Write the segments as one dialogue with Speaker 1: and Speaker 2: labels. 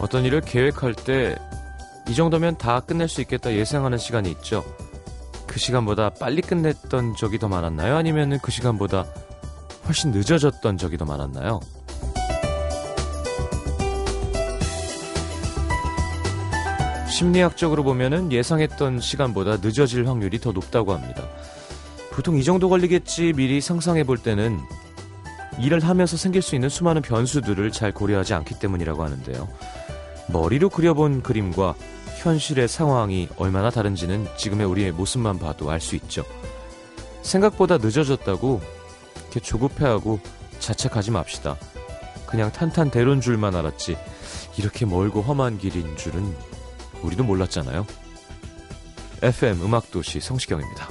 Speaker 1: 어떤 일을 계획할 때 이 정도면 다 끝낼 수 있겠다 예상하는 시간이 있죠. 그 시간보다 빨리 끝냈던 적이 더 많았나요? 아니면 그 시간보다 훨씬 늦어졌던 적이 더 많았나요? 심리학적으로 보면은 예상했던 시간보다 늦어질 확률이 더 높다고 합니다. 보통 이 정도 걸리겠지 미리 상상해 볼 때는 일을 하면서 생길 수 있는 수많은 변수들을 잘 고려하지 않기 때문이라고 하는데요. 머리로 그려본 그림과 현실의 상황이 얼마나 다른지는 지금의 우리의 모습만 봐도 알 수 있죠. 생각보다 늦어졌다고 이렇게 조급해하고 자책하지 맙시다. 그냥 탄탄대로인 줄만 알았지. 이렇게 멀고 험한 길인 줄은 우리도 몰랐잖아요. FM 음악도시 성시경입니다.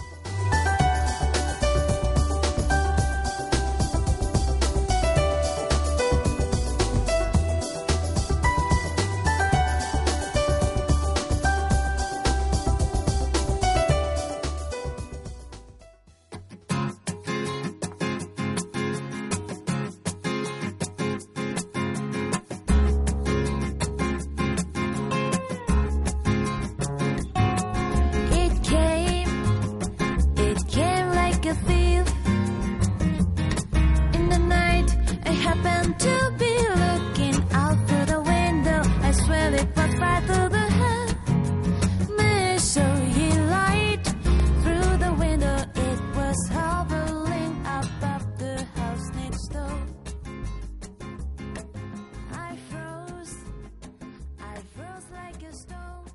Speaker 2: It came, it came like a thief. In the night, I happened to be looking out through the window. I swear it was right through the head. Mystery light through the window. It was hovering above the house next door. I froze, I froze like a stone.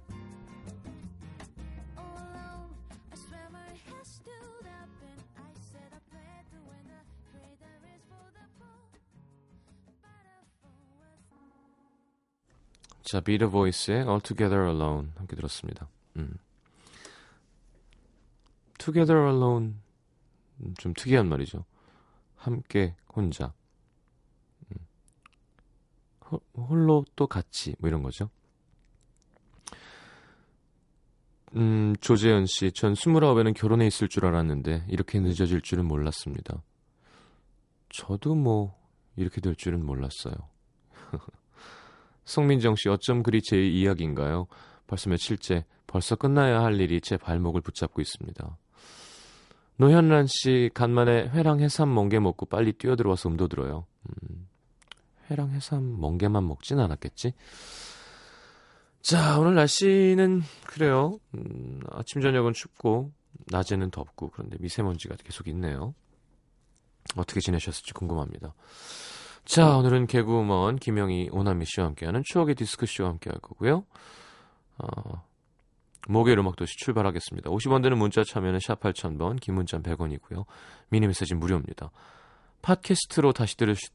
Speaker 2: All alone, Oh, I swear my head stood up and I said I prayed to win the pray the race for the poor. But I phone was
Speaker 1: 자, 비더 보이스의 All Together Alone 함께 들었습니다. 음. Together Alone 음, 좀 특이한 말이죠. 함께 혼자 음. 호- 홀로 또 같이 뭐 이런 거죠. 음, 조재현 씨, 전 29에는 결혼해 있을 줄 알았는데 이렇게 늦어질 줄은 몰랐습니다. 저도 뭐 이렇게 될 줄은 몰랐어요. 송민정 씨 어쩜 그리 제 이야기인가요? 벌써 며칠째 벌써 끝나야 할 일이 제 발목을 붙잡고 있습니다. 노현란 씨 간만에 회랑 해삼 멍게 먹고 빨리 뛰어들어와서 음도 들어요. 음, 회랑 해삼 멍게만 먹진 않았겠지? 자 오늘 날씨는 그래요. 음, 아침 저녁은 춥고 낮에는 덥고 그런데 미세먼지가 계속 있네요. 어떻게 지내셨을지 궁금합니다. 자, 오늘은 개그우먼 김영희 오나미 씨와 함께하는 추억의 디스크 쇼와 함께할 거고요. 어, 목요일 음악도시 출발하겠습니다. 50원 되는 문자 참여는 샵 8000번, 긴 문자 100원이고요. 미니 메시지 무료입니다. 팟캐스트로 다시 들으실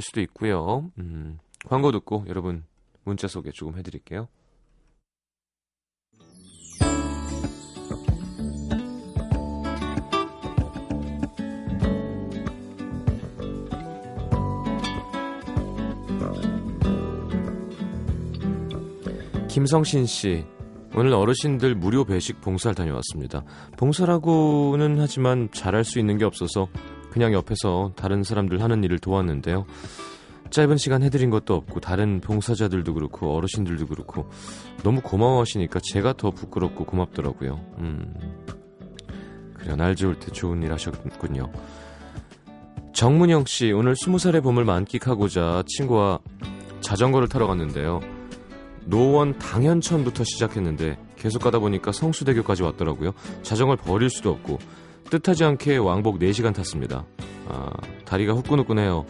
Speaker 1: 수도 있고요. 음, 광고 듣고 여러분 문자 소개 조금 해드릴게요. 김성신 씨, 오늘 어르신들 무료 배식 봉사를 다녀왔습니다. 봉사라고는 하지만 잘할 수 있는 게 없어서 그냥 옆에서 다른 사람들 하는 일을 도왔는데요. 짧은 시간 해드린 것도 없고 다른 봉사자들도 그렇고 어르신들도 그렇고 너무 고마워하시니까 제가 더 부끄럽고 고맙더라고요. 음, 그래 날 좋을 때 좋은 일 하셨군요. 정문영 씨 오늘 스무 살의 봄을 만끽하고자 친구와 자전거를 타러 갔는데요. 노원 당현천부터 시작했는데 계속 가다 보니까 성수대교까지 왔더라고요. 자전거를 버릴 수도 없고 뜻하지 않게 왕복 4시간 탔습니다. 아, 다리가 후끈후끈해요.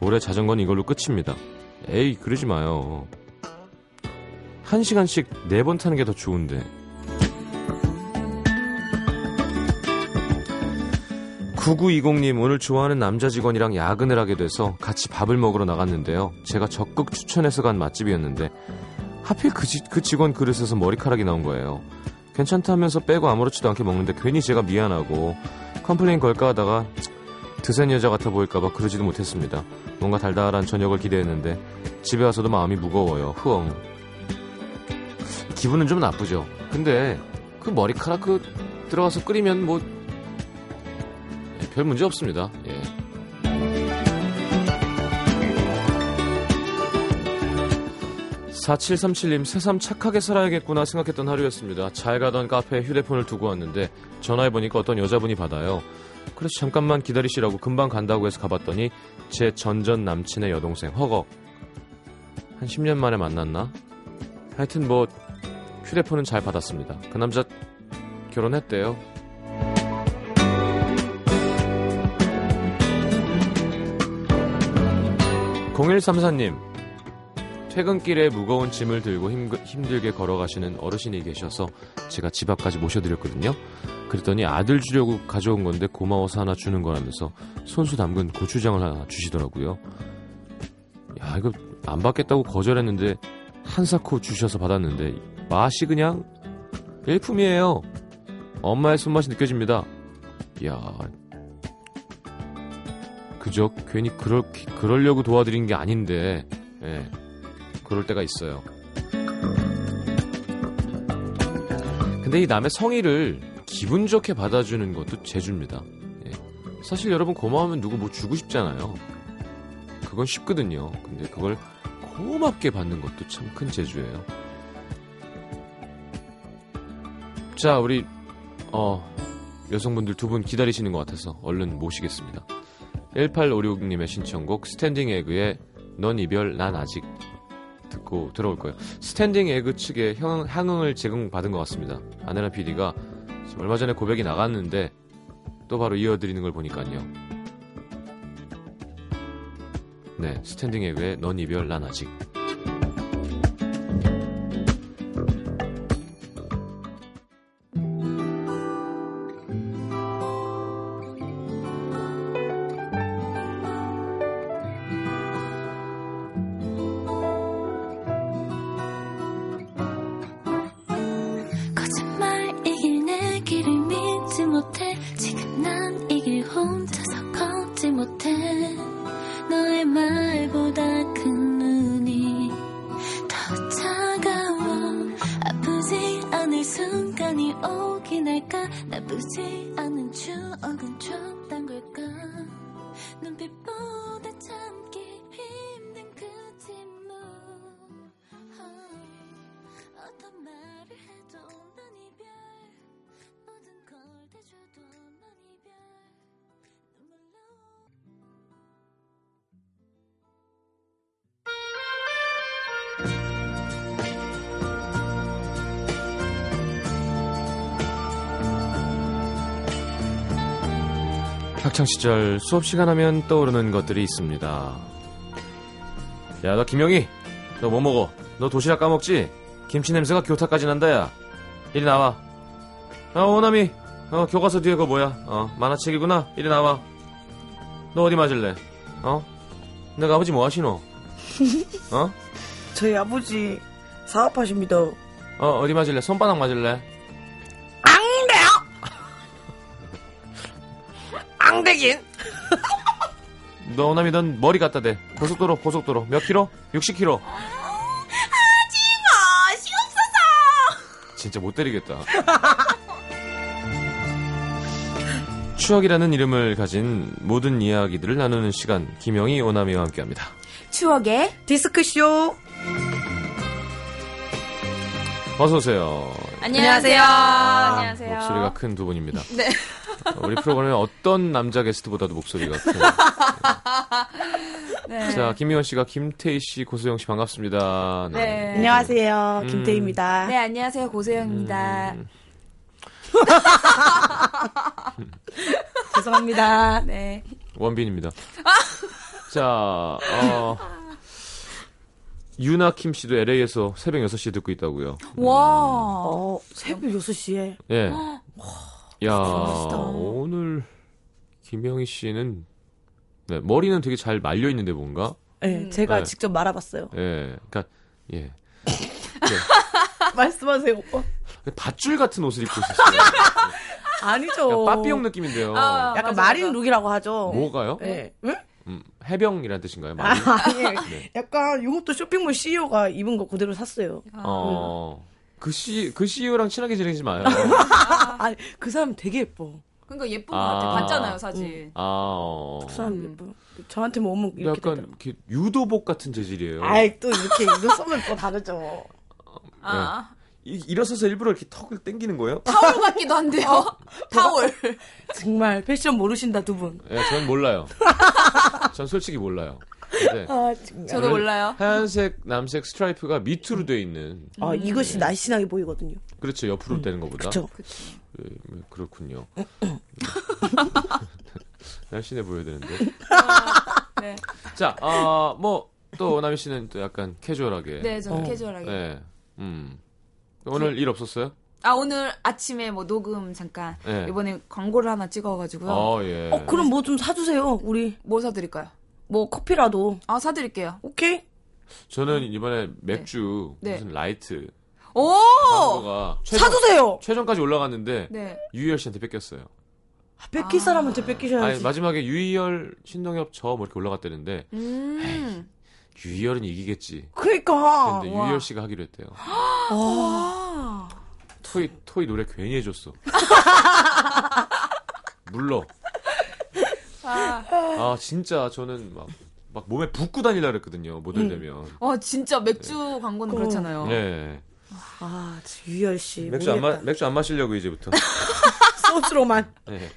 Speaker 1: 올해 자전거는 이걸로 끝입니다. 에이 그러지 마요. 1시간씩 4번 타는 게 더 좋은데. 9920님 오늘 좋아하는 남자 직원이랑 야근을 하게 돼서 같이 밥을 먹으러 나갔는데요. 제가 적극 추천해서 간 맛집이었는데 하필 그, 지- 그 직원 그릇에서 머리카락이 나온 거예요. 괜찮다면서 빼고 아무렇지도 않게 먹는데 괜히 제가 미안하고 컴플레인 걸까 하다가 드센 여자 같아 보일까봐 그러지도 못했습니다. 뭔가 달달한 저녁을 기대했는데 집에 와서도 마음이 무거워요. 흐엉. 기분은 좀 나쁘죠. 근데 그 머리카락 그 들어가서 끓이면 뭐 별 문제 없습니다. 예. 4737님 새삼 착하게 살아야겠구나 생각했던 하루였습니다. 잘 가던 카페에 휴대폰을 두고 왔는데 전화해보니까 어떤 여자분이 받아요. 그래서 잠깐만 기다리시라고 금방 간다고 해서 가봤더니 제 전전 남친의 여동생 허걱. 한 10년 만에 만났나? 하여튼 뭐 휴대폰은 잘 받았습니다. 그 남자 결혼했대요. (0134님) 퇴근길에 무거운 짐을 들고 힘, 힘들게 걸어가시는 어르신이 계셔서 제가 집 앞까지 모셔드렸거든요. 그랬더니 아들 주려고 가져온 건데 고마워서 하나 주는 거라면서 손수 담근 고추장을 하나 주시더라고요. 야 이거 안 받겠다고 거절했는데 한사코 주셔서 받았는데 맛이 그냥 일품이에요. 엄마의 손맛이 느껴집니다. 야 그저 괜히 그럴 그러려고 도와드린 게 아닌데 예. 그럴 때가 있어요. 근데 이 남의 성의를 기분 좋게 받아주는 것도 재주입니다. 예. 사실 여러분 고마우면 누구 뭐 주고 싶잖아요. 그건 쉽거든요. 근데 그걸 고맙게 받는 것도 참 큰 재주예요. 자, 우리 어, 여성분들 두 분 기다리시는 것 같아서 얼른 모시겠습니다. 1856님의 신청곡 스탠딩 에그의 넌 이별 난 아직 듣고 들어올 거예요. 스탠딩 에그 측에 향, 향응을 제공받은 것 같습니다. 아내나 PD가 얼마 전에 고백이 나갔는데 또 바로 이어드리는 걸 보니까요. 네, 스탠딩 에그의 넌 이별 난 아직.
Speaker 2: 거짓말 이길 내 길을 믿지 못해 지금 난 이길 혼자서 걷지 못해 너의 말보다 큰 눈이 더 차가워 아프지 않을 순간이 오긴 할까 나쁘지 않은 추억은 좁단 걸까 눈빛보다 참기 힘든 그 침묵 어. 어떤 말을 해도 난 이별 모든 걸 대줘도 난 이별 눈물로
Speaker 1: 학창 시절 수업 시간 하면 떠오르는 것들이 있습니다. 야, 너 김영희, 너 뭐 먹어? 너 도시락 까먹지? 김치 냄새가 교타까지 난다야. 이리 나와. 아, 오나미, 어 교과서 뒤에 그거 뭐야? 어 만화책이구나. 이리 나와. 너 어디 맞을래? 어? 내가 아버지 뭐 하시노? 어?
Speaker 3: 저희 아버지 사업하십니다.
Speaker 1: 어 어디 맞을래? 손바닥 맞을래?
Speaker 3: 앙대긴.
Speaker 1: 너 오나미 넌 머리 갖다 대. 고속도로 고속도로 몇 킬로? 60 킬로.
Speaker 2: 아, 맛이 없어서
Speaker 1: 진짜 못 때리겠다. 추억이라는 이름을 가진 모든 이야기들을 나누는 시간 김영희 오나미와 함께합니다.
Speaker 4: 추억의
Speaker 3: 디스크쇼.
Speaker 1: 어서 오세요.
Speaker 4: 안녕하세요. 안녕하세요.
Speaker 1: 목소리가 큰 두 분입니다.
Speaker 4: 네.
Speaker 1: 어, 우리 프로그램에 어떤 남자 게스트보다도 목소리가 큰.
Speaker 4: 네.
Speaker 1: 자 김미원 씨가 김태희 씨, 고소영 씨 반갑습니다.
Speaker 4: 네.
Speaker 3: 안녕하세요.
Speaker 1: 음.
Speaker 3: 김태희입니다.
Speaker 4: 네, 안녕하세요. 고소영입니다.
Speaker 1: 음,
Speaker 3: 죄송합니다.
Speaker 4: 네.
Speaker 1: 원빈입니다.
Speaker 3: 아!
Speaker 1: 자, 어, 유나 킴 씨도 LA에서 새벽 6시에 듣고 있다고요.
Speaker 4: 와.
Speaker 3: 어, 새벽 6시에.
Speaker 1: 예. 야,
Speaker 3: 어? 멋있다.
Speaker 1: 오늘 김영희 씨는 네, 머리는 되게 잘 말려 있는데 뭔가.
Speaker 3: 네,
Speaker 4: 음.
Speaker 3: 제가
Speaker 1: 네.
Speaker 3: 직접 말아봤어요.
Speaker 1: 예. 그러니까 예.
Speaker 3: 말씀하세요. 오빠.
Speaker 1: 밧줄 같은 옷을 입고
Speaker 3: 아,
Speaker 1: 있었어요.
Speaker 3: 아니죠.
Speaker 1: 그러니까 빠삐용 느낌인데요.
Speaker 4: 아,
Speaker 3: 약간
Speaker 4: 맞아,
Speaker 3: 마린
Speaker 4: 맞아.
Speaker 3: 룩이라고 하죠.
Speaker 1: 뭐가요? 네.
Speaker 3: 네. 응?
Speaker 1: 음, 해병이란 뜻인가요?
Speaker 3: 아,
Speaker 1: 말이?
Speaker 3: 아니, 약간 이것도 쇼핑몰 CEO가 입은 거 그대로 샀어요.
Speaker 1: 어. 그 씨, 그 CEO랑 친하게 지내지 마요.
Speaker 3: 아, 아니, 그 사람 되게 예뻐.
Speaker 5: 그러니까 예쁜
Speaker 1: 아.
Speaker 5: 것 같아. 봤잖아요, 사진.
Speaker 1: 아, 어.
Speaker 3: 그 사람 예뻐요. 저한테 뭐 오면 이렇게
Speaker 1: 약간
Speaker 3: 되더라고요.
Speaker 1: 이렇게 유도복 같은 재질이에요. 네.
Speaker 3: 아이 또 이렇게 이거 쓰면 또 다르죠.
Speaker 5: 아,
Speaker 1: 이- 일어서서 일부러 이렇게 턱을 당기는 거예요?
Speaker 5: 타올 같기도 한데요. 타올.
Speaker 3: 정말 패션 모르신다 두 분.
Speaker 1: 예, 전 몰라요. 전 솔직히 몰라요. 근데
Speaker 3: 아 정말.
Speaker 1: 네.
Speaker 5: 저도 몰라요.
Speaker 1: 하얀색, 남색 스트라이프가 밑으로 돼 있는
Speaker 3: 아
Speaker 5: 음.
Speaker 3: 이것이 날씬하게 보이거든요.
Speaker 1: 그렇죠 옆으로 되는 것보다
Speaker 3: 그쵸.
Speaker 1: 예, 뭐 그렇군요. 날씬해 보여야 되는데.
Speaker 5: 네.
Speaker 1: 자, 아, 뭐또 남희 씨는 또 약간 캐주얼하게.
Speaker 5: 네, 저는
Speaker 3: 어.
Speaker 5: 캐주얼하게.
Speaker 1: 예, 음. 오늘 일 없었어요?
Speaker 5: 아, 오늘 아침에 뭐 녹음 잠깐.
Speaker 1: 네.
Speaker 5: 이번에 광고를 하나 찍어가지고요.
Speaker 1: 어, 예.
Speaker 3: 어 그럼 뭐 좀 사주세요. 우리
Speaker 5: 뭐 사드릴까요?
Speaker 3: 뭐 커피라도.
Speaker 5: 아, 사드릴게요.
Speaker 3: 오케이.
Speaker 1: 저는 이번에 맥주
Speaker 5: 음. 네.
Speaker 1: 무슨 라이트
Speaker 5: 오!
Speaker 1: 광고가 최종,
Speaker 3: 사주세요.
Speaker 1: 최종까지 올라갔는데
Speaker 5: 네.
Speaker 1: 유희열 씨한테 뺏겼어요.
Speaker 3: 아, 뺏길 사람한테 뺏기셔야지.
Speaker 1: 아니 마지막에 유희열 신동엽 저 뭐 이렇게 올라갔다는데
Speaker 5: 음.
Speaker 1: 유희열은 이기겠지.
Speaker 3: 그러니까.
Speaker 1: 근데
Speaker 5: 아, 와.
Speaker 1: 유희열 씨가 하기로 했대요.
Speaker 3: 와.
Speaker 5: 아.
Speaker 1: 토이 토이 노래 괜히 해줬어. 물러.
Speaker 5: 아.
Speaker 1: 아 진짜 저는 막, 막 몸에 붓고 다니려 그랬거든요. 모델 되면.
Speaker 5: 어, 진짜 맥주 광고는
Speaker 3: 어.
Speaker 5: 그렇잖아요.
Speaker 1: 예.
Speaker 3: 아 진짜 유열 씨.
Speaker 1: 맥주 안 마,
Speaker 3: 모르겠다.
Speaker 1: 맥주 안 마시려고 이제부터.
Speaker 3: 소스로만.
Speaker 1: 예.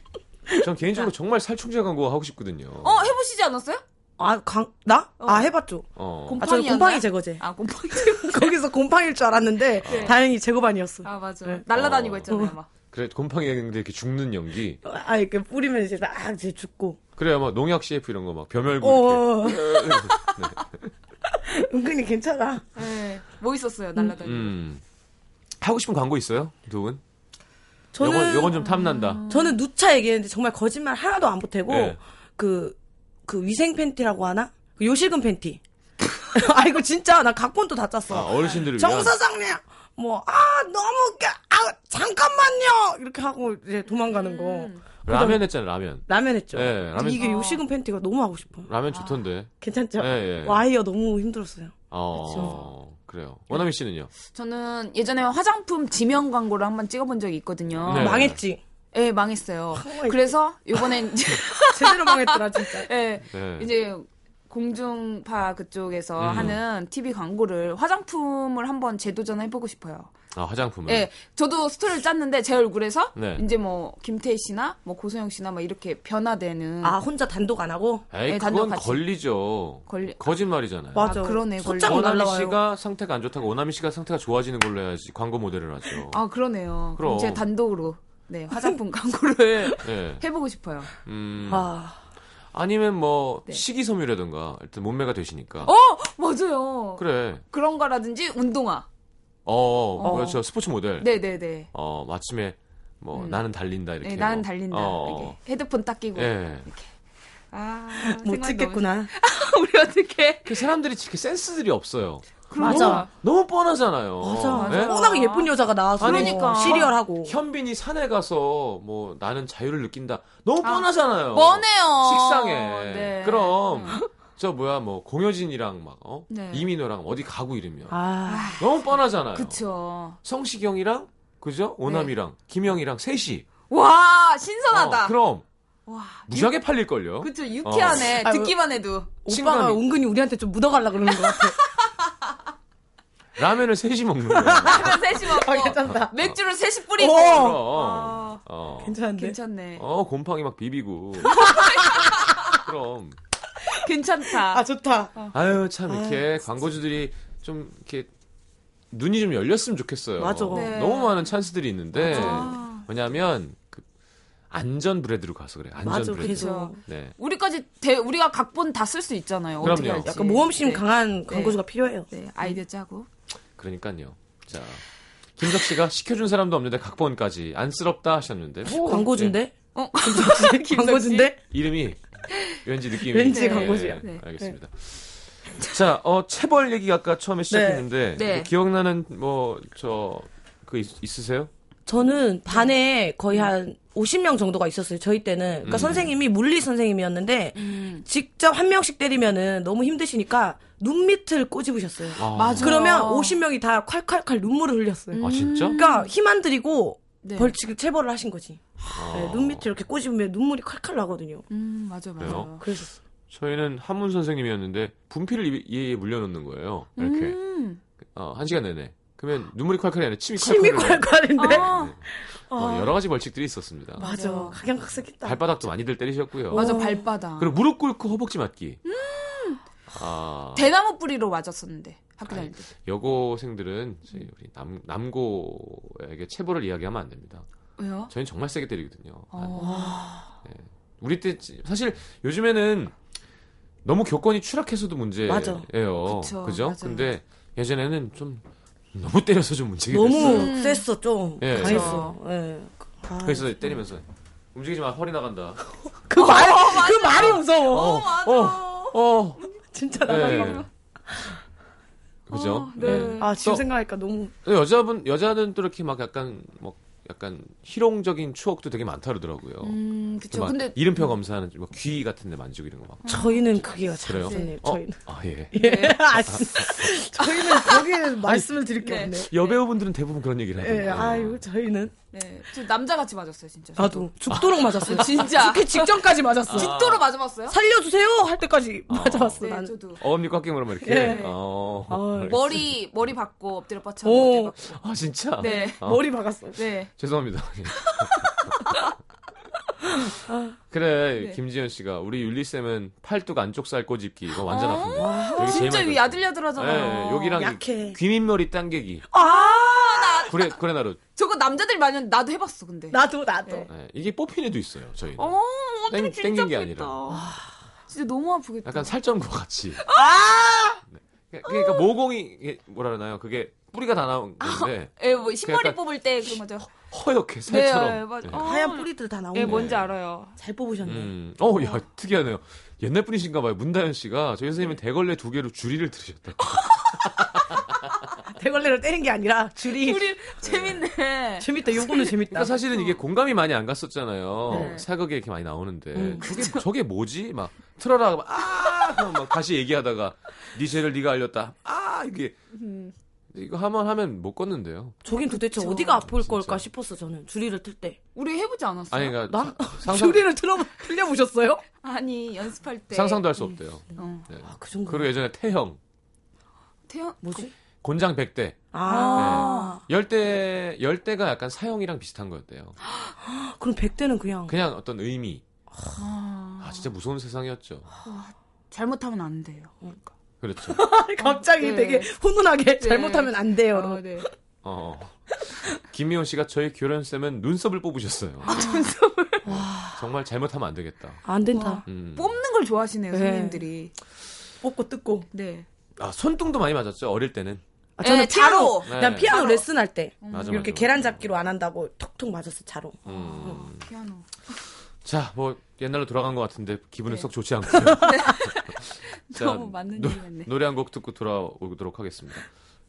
Speaker 1: 전 개인적으로 정말 살충제 광고 하고 싶거든요.
Speaker 5: 어, 해보시지 않았어요?
Speaker 3: 아 강 나? 아 해봤죠.
Speaker 1: 어.
Speaker 5: 곰-
Speaker 3: 아 저는
Speaker 5: 곰팡이였나요?
Speaker 3: 곰팡이 제거제.
Speaker 5: 아, 곰팡이.
Speaker 3: 거기서 곰팡이일 줄 알았는데
Speaker 5: 네.
Speaker 3: 다행히 제거반이었어.
Speaker 5: 아, 맞아.
Speaker 3: 네.
Speaker 5: 날라다니고
Speaker 1: 어.
Speaker 5: 했잖아요, 막.
Speaker 1: 그래 곰팡이 했는데 이렇게 죽는 연기.
Speaker 3: 아 이렇게 뿌리면 이제 아 이제 죽고.
Speaker 1: 그래야 막 농약 CF 이런 거 막
Speaker 3: 어.
Speaker 1: 벼멸고
Speaker 3: 어, 어. 은근히 괜찮아.
Speaker 5: 네. 뭐 있었어요, 날라다니고.
Speaker 1: 이렇게. 음. 하고 싶은 광고 있어요? 두 분?
Speaker 3: 저는 아.
Speaker 1: 요건 요건 좀 탐난다.
Speaker 3: 저는 누차 얘기했는데 정말 거짓말 하나도 안 보태고
Speaker 1: 네.
Speaker 3: 그, 그 위생 팬티라고 하나? 그 요실금 팬티. 아 이거 진짜 나 각본도 다 짰어.
Speaker 1: 아, 어르신들을 위한.
Speaker 3: 정 사장님 뭐 아 너무 웃겨. 아 잠깐만요 이렇게 하고 이제 도망가는 거
Speaker 5: 음.
Speaker 1: 라면 했잖아요, 라면.
Speaker 3: 라면 했죠.
Speaker 1: 예, 라면
Speaker 5: 아.
Speaker 3: 이게 요실금 팬티가 너무 하고 싶어요.
Speaker 1: 라면 좋던데.
Speaker 3: 괜찮죠?
Speaker 1: 예, 네. 예.
Speaker 3: 와이어 너무 힘들었어요.
Speaker 1: 어. 그래요. 원아미 씨는요?
Speaker 5: 저는 예전에 화장품 지명 광고를 한번 찍어본 적이 있거든요.
Speaker 1: 네.
Speaker 3: 아, 망했지.
Speaker 5: 예, 망했어요. 그래서 요번엔 이제,
Speaker 3: 제대로 망했더라 진짜.
Speaker 1: 네.
Speaker 5: 예,
Speaker 1: 음.
Speaker 5: 이제 공중파 그쪽에서 하는 TV 광고를 화장품을 한번 재도전해보고 싶어요.
Speaker 1: 아, 화장품을.
Speaker 5: 예, 저도 스토리를 짰는데 제 얼굴에서
Speaker 1: 네.
Speaker 5: 이제 뭐 김태희 씨나 뭐 고소영 씨나 막 이렇게 변화되는
Speaker 3: 아 혼자 단독 안 하고
Speaker 1: 에이,
Speaker 5: 예,
Speaker 1: 그건
Speaker 5: 단독 같이.
Speaker 1: 걸리죠.
Speaker 5: 걸리-
Speaker 1: 거짓말이잖아요.
Speaker 3: 맞아.
Speaker 5: 아, 그러네,
Speaker 3: 소장 못
Speaker 1: 원아미
Speaker 3: 날라와요.
Speaker 1: 씨가 상태가 안 좋다고 원아미 씨가 상태가 좋아지는 걸로 해야지 광고 모델을 하죠.
Speaker 5: 아 그러네요.
Speaker 1: 그럼.
Speaker 5: 그럼 제 단독으로 네 화장품 광고를
Speaker 1: 예.
Speaker 5: 해보고 싶어요.
Speaker 1: 음.
Speaker 3: 아,
Speaker 1: 아니면 뭐
Speaker 5: 네.
Speaker 1: 식이섬유라든가 일단 몸매가 되시니까.
Speaker 5: 어 맞아요.
Speaker 1: 그래.
Speaker 5: 그런 거라든지 운동화.
Speaker 1: 어,
Speaker 5: 어.
Speaker 1: 그렇죠. 스포츠 모델.
Speaker 5: 네네네.
Speaker 1: 어, 마침에 뭐
Speaker 5: 음.
Speaker 1: 나는 달린다 이렇게.
Speaker 5: 네, 나는
Speaker 1: 뭐.
Speaker 5: 달린다.
Speaker 1: 어.
Speaker 5: 이렇게 헤드폰 딱 끼고.
Speaker 1: 예.
Speaker 5: 아,
Speaker 3: 못
Speaker 5: 생각이
Speaker 3: 찍겠구나.
Speaker 5: 너무- 우리 어떻게?
Speaker 1: 그 사람들이 이렇게 센스들이 없어요.
Speaker 3: 맞아.
Speaker 1: 너무 뻔하잖아요.
Speaker 3: 맞아.
Speaker 1: 예?
Speaker 3: 어, 워낙에 예쁜 여자가 나와서
Speaker 1: 아니,
Speaker 5: 그러니까.
Speaker 3: 시리얼하고
Speaker 1: 현빈이 산에 가서 뭐 나는 자유를 느낀다. 너무 뻔하잖아요.
Speaker 5: 뻔해요.
Speaker 1: 어, 식상해.
Speaker 5: 네.
Speaker 1: 그럼 저 뭐야 뭐 공효진이랑 막 어?
Speaker 5: 네.
Speaker 1: 이민호랑 어디 가고 이러면
Speaker 3: 아,
Speaker 1: 너무 뻔하잖아요.
Speaker 5: 그쵸.
Speaker 1: 성시경이랑 그죠? 오남이랑
Speaker 5: 네.
Speaker 1: 김영이랑 셋이.
Speaker 5: 와
Speaker 1: 어,
Speaker 5: 신선하다.
Speaker 1: 그럼
Speaker 5: 와
Speaker 1: 무지하게 팔릴 걸요.
Speaker 5: 그쵸 유쾌하네.
Speaker 3: 어.
Speaker 5: 듣기만 해도.
Speaker 3: 오빠가
Speaker 1: 신감이.
Speaker 3: 은근히 우리한테 좀 묻어가려 그러는 것 같아.
Speaker 1: 라면을 셋이 먹는 거야.
Speaker 5: 라면 셋이 먹고
Speaker 3: 아, 괜찮다.
Speaker 5: 맥주를 셋이 뿌리고.
Speaker 3: 어.
Speaker 1: 그럼.
Speaker 5: 아.
Speaker 1: 어.
Speaker 3: 괜찮은데?
Speaker 5: 괜찮네.
Speaker 1: 어, 곰팡이 막 비비고. 그럼
Speaker 5: 괜찮다.
Speaker 3: 아 좋다.
Speaker 1: 아유 참 이렇게 광고주들이 좀 이렇게 눈이 좀 열렸으면 좋겠어요.
Speaker 3: 맞아.
Speaker 5: 네.
Speaker 1: 너무 많은 찬스들이 있는데
Speaker 5: 아.
Speaker 1: 뭐냐면 그 안전 브레드로 가서 그래. 안전
Speaker 3: 맞아
Speaker 1: 브레드.
Speaker 3: 계속.
Speaker 1: 네.
Speaker 5: 우리까지 대, 우리가 각본 다 쓸 수 있잖아요. 어떻게
Speaker 1: 그럼요.
Speaker 5: 할지.
Speaker 3: 약간 모험심
Speaker 5: 네.
Speaker 3: 강한 광고주가 필요해요.
Speaker 5: 네, 아이디어 짜고.
Speaker 1: 그러니까요. 자. 김석 씨가 시켜준 사람도 없는데 각본까지 안쓰럽다 하셨는데 뭐,
Speaker 3: 광고주인데?
Speaker 5: 어?
Speaker 3: 광고주인데?
Speaker 1: 네. 이름이 왠지 느낌이
Speaker 3: 왠지
Speaker 1: 예,
Speaker 3: 광고주야.
Speaker 5: 네.
Speaker 1: 알겠습니다. 자, 어 체벌 얘기가 아까 처음에 시작했는데
Speaker 5: 네.
Speaker 1: 뭐 기억나는 뭐 저 그 있으세요?
Speaker 3: 저는 반에 거의 한 50명 정도가 있었어요. 저희 때는. 그러니까
Speaker 1: 음.
Speaker 3: 선생님이 물리 선생님이었는데
Speaker 5: 음.
Speaker 3: 직접 한 명씩 때리면은 너무 힘드시니까 눈 밑을 꼬집으셨어요.
Speaker 1: 아,
Speaker 5: 맞아.
Speaker 3: 그러면 50명이 다 콸콸콸 눈물을 흘렸어요.
Speaker 1: 아 진짜?
Speaker 3: 그러니까 힘 안 들이고
Speaker 5: 네.
Speaker 3: 벌칙을 체벌을 하신 거지.
Speaker 1: 아. 어.
Speaker 3: 네, 눈 밑에 이렇게 꼬집으면 눈물이 칼칼 나거든요.
Speaker 5: 음, 맞아, 맞아.
Speaker 1: 그래요?
Speaker 3: 그래서
Speaker 1: 저희는 한문 선생님이었는데 분필을 입- 이에 물려놓는 거예요. 이렇게
Speaker 5: 음.
Speaker 1: 어, 한 시간 내내. 그러면 눈물이 콸콸이 아니라 침이 콸콸.
Speaker 3: 침이 콸콸인데.
Speaker 5: 아,
Speaker 1: 어, 여러 가지 벌칙들이 있었습니다.
Speaker 3: 맞아.
Speaker 5: 맞아.
Speaker 3: 각양각색했다.
Speaker 1: 발바닥도 많이들 때리셨고요.
Speaker 5: 맞아, 발바닥.
Speaker 1: 네. 그리고 무릎 꿇고 허벅지 맞기. 아,
Speaker 5: 대나무 뿌리로 맞았었는데, 학교 다닐 때.
Speaker 1: 여고생들은 저희 우리 남, 남고에게 체벌을 이야기하면 안 됩니다.
Speaker 5: 왜요?
Speaker 1: 저희는 정말 세게 때리거든요. 아,
Speaker 5: 어.
Speaker 1: 우리 때 지- 사실 요즘에는 너무 교권이 추락해서도 문제예요.
Speaker 3: 맞아.
Speaker 5: 그쵸,
Speaker 1: 그죠?
Speaker 5: 맞아요.
Speaker 1: 근데 예전에는 좀 너무 때려서 좀 문제가 됐어요.
Speaker 3: 너무
Speaker 5: 음.
Speaker 3: 셌어 좀
Speaker 1: 예.
Speaker 3: 강했어. 예. 아,
Speaker 1: 그래서 때리면서 움직이지 마 허리 나간다.
Speaker 3: 그 말,
Speaker 5: 어,
Speaker 3: 그 말이 무서워.
Speaker 1: 맞아. 어, 어,
Speaker 3: 진짜
Speaker 1: 예.
Speaker 3: 나가.
Speaker 5: 음.
Speaker 3: 네.
Speaker 1: 그죠?
Speaker 5: 어, 네.
Speaker 1: 예.
Speaker 3: 아 지금
Speaker 1: 또-
Speaker 3: 생각하니까 너무
Speaker 5: 음.
Speaker 1: 여자분 여자는 또 이렇게 막 약간 뭐 약간 희롱적인 추억도 되게 많다 그러더라고요.
Speaker 5: 음, 그쵸.
Speaker 1: 막
Speaker 5: 근데,
Speaker 1: 이름표 검사하는 뭐귀 같은 데 만지고 이런 거 막.
Speaker 3: 저희는 그게 잘
Speaker 1: 그래요?
Speaker 3: 없었네요.
Speaker 1: 어?
Speaker 3: 저희는.
Speaker 1: 아, 예.
Speaker 3: 예. 아, 저희는 거기에 말씀을 드릴 게
Speaker 5: 네.
Speaker 3: 없네.
Speaker 1: 여배우분들은 대부분 그런 얘기를 하던데.
Speaker 3: 예, 아유, 저희는.
Speaker 5: 네. 저 남자같이 맞았어요, 진짜. 저도.
Speaker 3: 나도 죽도록 맞았어요.
Speaker 5: 아, 진짜.
Speaker 3: 죽기 직전까지 맞았어.
Speaker 5: 직도로 맞아봤어요?
Speaker 3: 살려주세요! 할 때까지 맞아봤어,
Speaker 5: 네,
Speaker 3: 나는.
Speaker 5: 저도.
Speaker 1: 어금니 꽉 끼물어 막 이렇게.
Speaker 3: 예.
Speaker 1: 어.
Speaker 3: 아,
Speaker 5: 머리, 머리 받고, 엎드려 뻗쳐.
Speaker 3: 오.
Speaker 5: 엎드려 뻗쳐.
Speaker 1: 아, 진짜.
Speaker 5: 네.
Speaker 1: 어.
Speaker 3: 머리 박았어.
Speaker 5: 네.
Speaker 1: 죄송합니다. 예. 그래
Speaker 5: 네.
Speaker 1: 김지현 씨가 우리 윤리 쌤은 팔뚝 안쪽 살 꼬집기 이거 완전 아픕니다. 되게 제일
Speaker 5: 진짜
Speaker 1: 많이
Speaker 5: 이 야들야들하잖아요.
Speaker 1: 예, 예, 여기랑
Speaker 3: 약해.
Speaker 1: 귀밑머리 당기기. 그래 그래 나루.
Speaker 5: 저거 남자들 많이 하는데 나도 해봤어, 근데.
Speaker 3: 나도, 나도.
Speaker 5: 네.
Speaker 1: 예, 이게 뽑힌 애도 있어요. 저희.
Speaker 5: 어,
Speaker 1: 는
Speaker 5: 어떻게
Speaker 1: 땡-
Speaker 5: 진짜
Speaker 1: 땡긴 게
Speaker 5: 아프겠다. 진짜 너무 아프겠다.
Speaker 1: 약간 살점과 같이.
Speaker 5: 아!
Speaker 1: 네. 그러니까- 그러니까 모공이 이게 뭐라 그러나요? 그게 뿌리가 다 나온 건데
Speaker 5: 예, 뭐 신발이
Speaker 1: 약간-
Speaker 5: 뽑을 때 그런 거죠.
Speaker 1: 허옇게 살처럼.
Speaker 5: 네, 예, 맞아.
Speaker 1: 예.
Speaker 5: 어,
Speaker 3: 하얀 뿌리들 다 나오네.
Speaker 5: 예, 뭔지 알아요.
Speaker 3: 잘 뽑으셨네.
Speaker 1: 음. 어, 야, 특이하네요. 옛날 분이신가 봐요. 문다현 씨가 저희 선생님은
Speaker 5: 네.
Speaker 1: 대걸레 두 개로 줄이를 그러니까 들으셨다.
Speaker 3: 대걸레를 때린 게 아니라 줄이.
Speaker 5: 우리
Speaker 1: 네.
Speaker 5: 재밌네.
Speaker 3: 재밌다. 요거는 재밌다.
Speaker 1: 그러니까 사실은 이게 공감이 많이 안 갔었잖아요.
Speaker 5: 아, 그렇죠. 네. 그렇죠.
Speaker 1: 사극에 이렇게 많이 나오는데
Speaker 3: 음.
Speaker 1: 저게 저게 뭐지? 막 틀어라 막, 아! 하고 막 다시 얘기하다가 네 죄를 네가 알렸다. 아 이게
Speaker 5: 음.
Speaker 1: 이거 한번 하면 못 걷는데요.
Speaker 3: 저긴 도대체
Speaker 5: 그쵸.
Speaker 3: 어디가 아플 걸까
Speaker 1: 진짜.
Speaker 3: 싶었어, 저는. 줄이를 틀 때.
Speaker 5: 우리 해보지 않았어요?
Speaker 1: 아니 그러니까
Speaker 3: 난,
Speaker 1: 상상,
Speaker 3: 줄이를 틀어, 틀려보셨어요?
Speaker 5: 아니, 연습할 때.
Speaker 1: 상상도 할 수 없대요.
Speaker 5: 어.
Speaker 1: 네.
Speaker 3: 아, 그 정도.
Speaker 1: 그리고 예전에 태형
Speaker 5: 태연
Speaker 3: 뭐지?
Speaker 1: 곤장 100대
Speaker 3: 아.
Speaker 1: 열대 열대가 약간 사형이랑 비슷한 거였대요.
Speaker 3: 아. 그럼 100대는 그냥.
Speaker 1: 그냥 어떤 의미.
Speaker 5: 아,
Speaker 1: 아 진짜 무서운 세상이었죠.
Speaker 5: 잘못하면 안 돼요.
Speaker 1: 그렇죠.
Speaker 3: 아, 갑자기
Speaker 5: 네.
Speaker 3: 되게 훈훈하게 잘못하면 안 돼요.
Speaker 5: 어, 네.
Speaker 1: 어. 김미호 씨가 저희 교련 쌤은 눈썹을 뽑으셨어요.
Speaker 3: 아,
Speaker 1: 눈썹을. 정말 잘못하면 안 되겠다.
Speaker 3: 안
Speaker 5: 어.
Speaker 3: 된다.
Speaker 1: 음.
Speaker 5: 뽑는 걸 좋아하시네요,
Speaker 3: 네.
Speaker 5: 선생님들이.
Speaker 3: 뽑고 뜯고.
Speaker 5: 네.
Speaker 1: 아 손등도 많이 맞았죠 어릴 때는.
Speaker 3: 아, 저는
Speaker 5: 예,
Speaker 3: 피아노.
Speaker 5: 자로.
Speaker 1: 네.
Speaker 3: 난 피아노
Speaker 5: 자로.
Speaker 3: 레슨 할 때.
Speaker 1: 맞아, 맞아,
Speaker 3: 음, 이렇게
Speaker 1: 맞아.
Speaker 3: 계란 잡기로 안 한다고 톡톡 맞았어, 자로.
Speaker 1: 음.
Speaker 5: 피아노.
Speaker 1: 자뭐 옛날로 돌아간 것 같은데 기분은
Speaker 5: 네.
Speaker 1: 썩 좋지 않고요. 자,
Speaker 5: 너무 맞는
Speaker 1: 노-
Speaker 5: 얘기 같네.
Speaker 1: 노래 한 곡 듣고 돌아오도록 하겠습니다.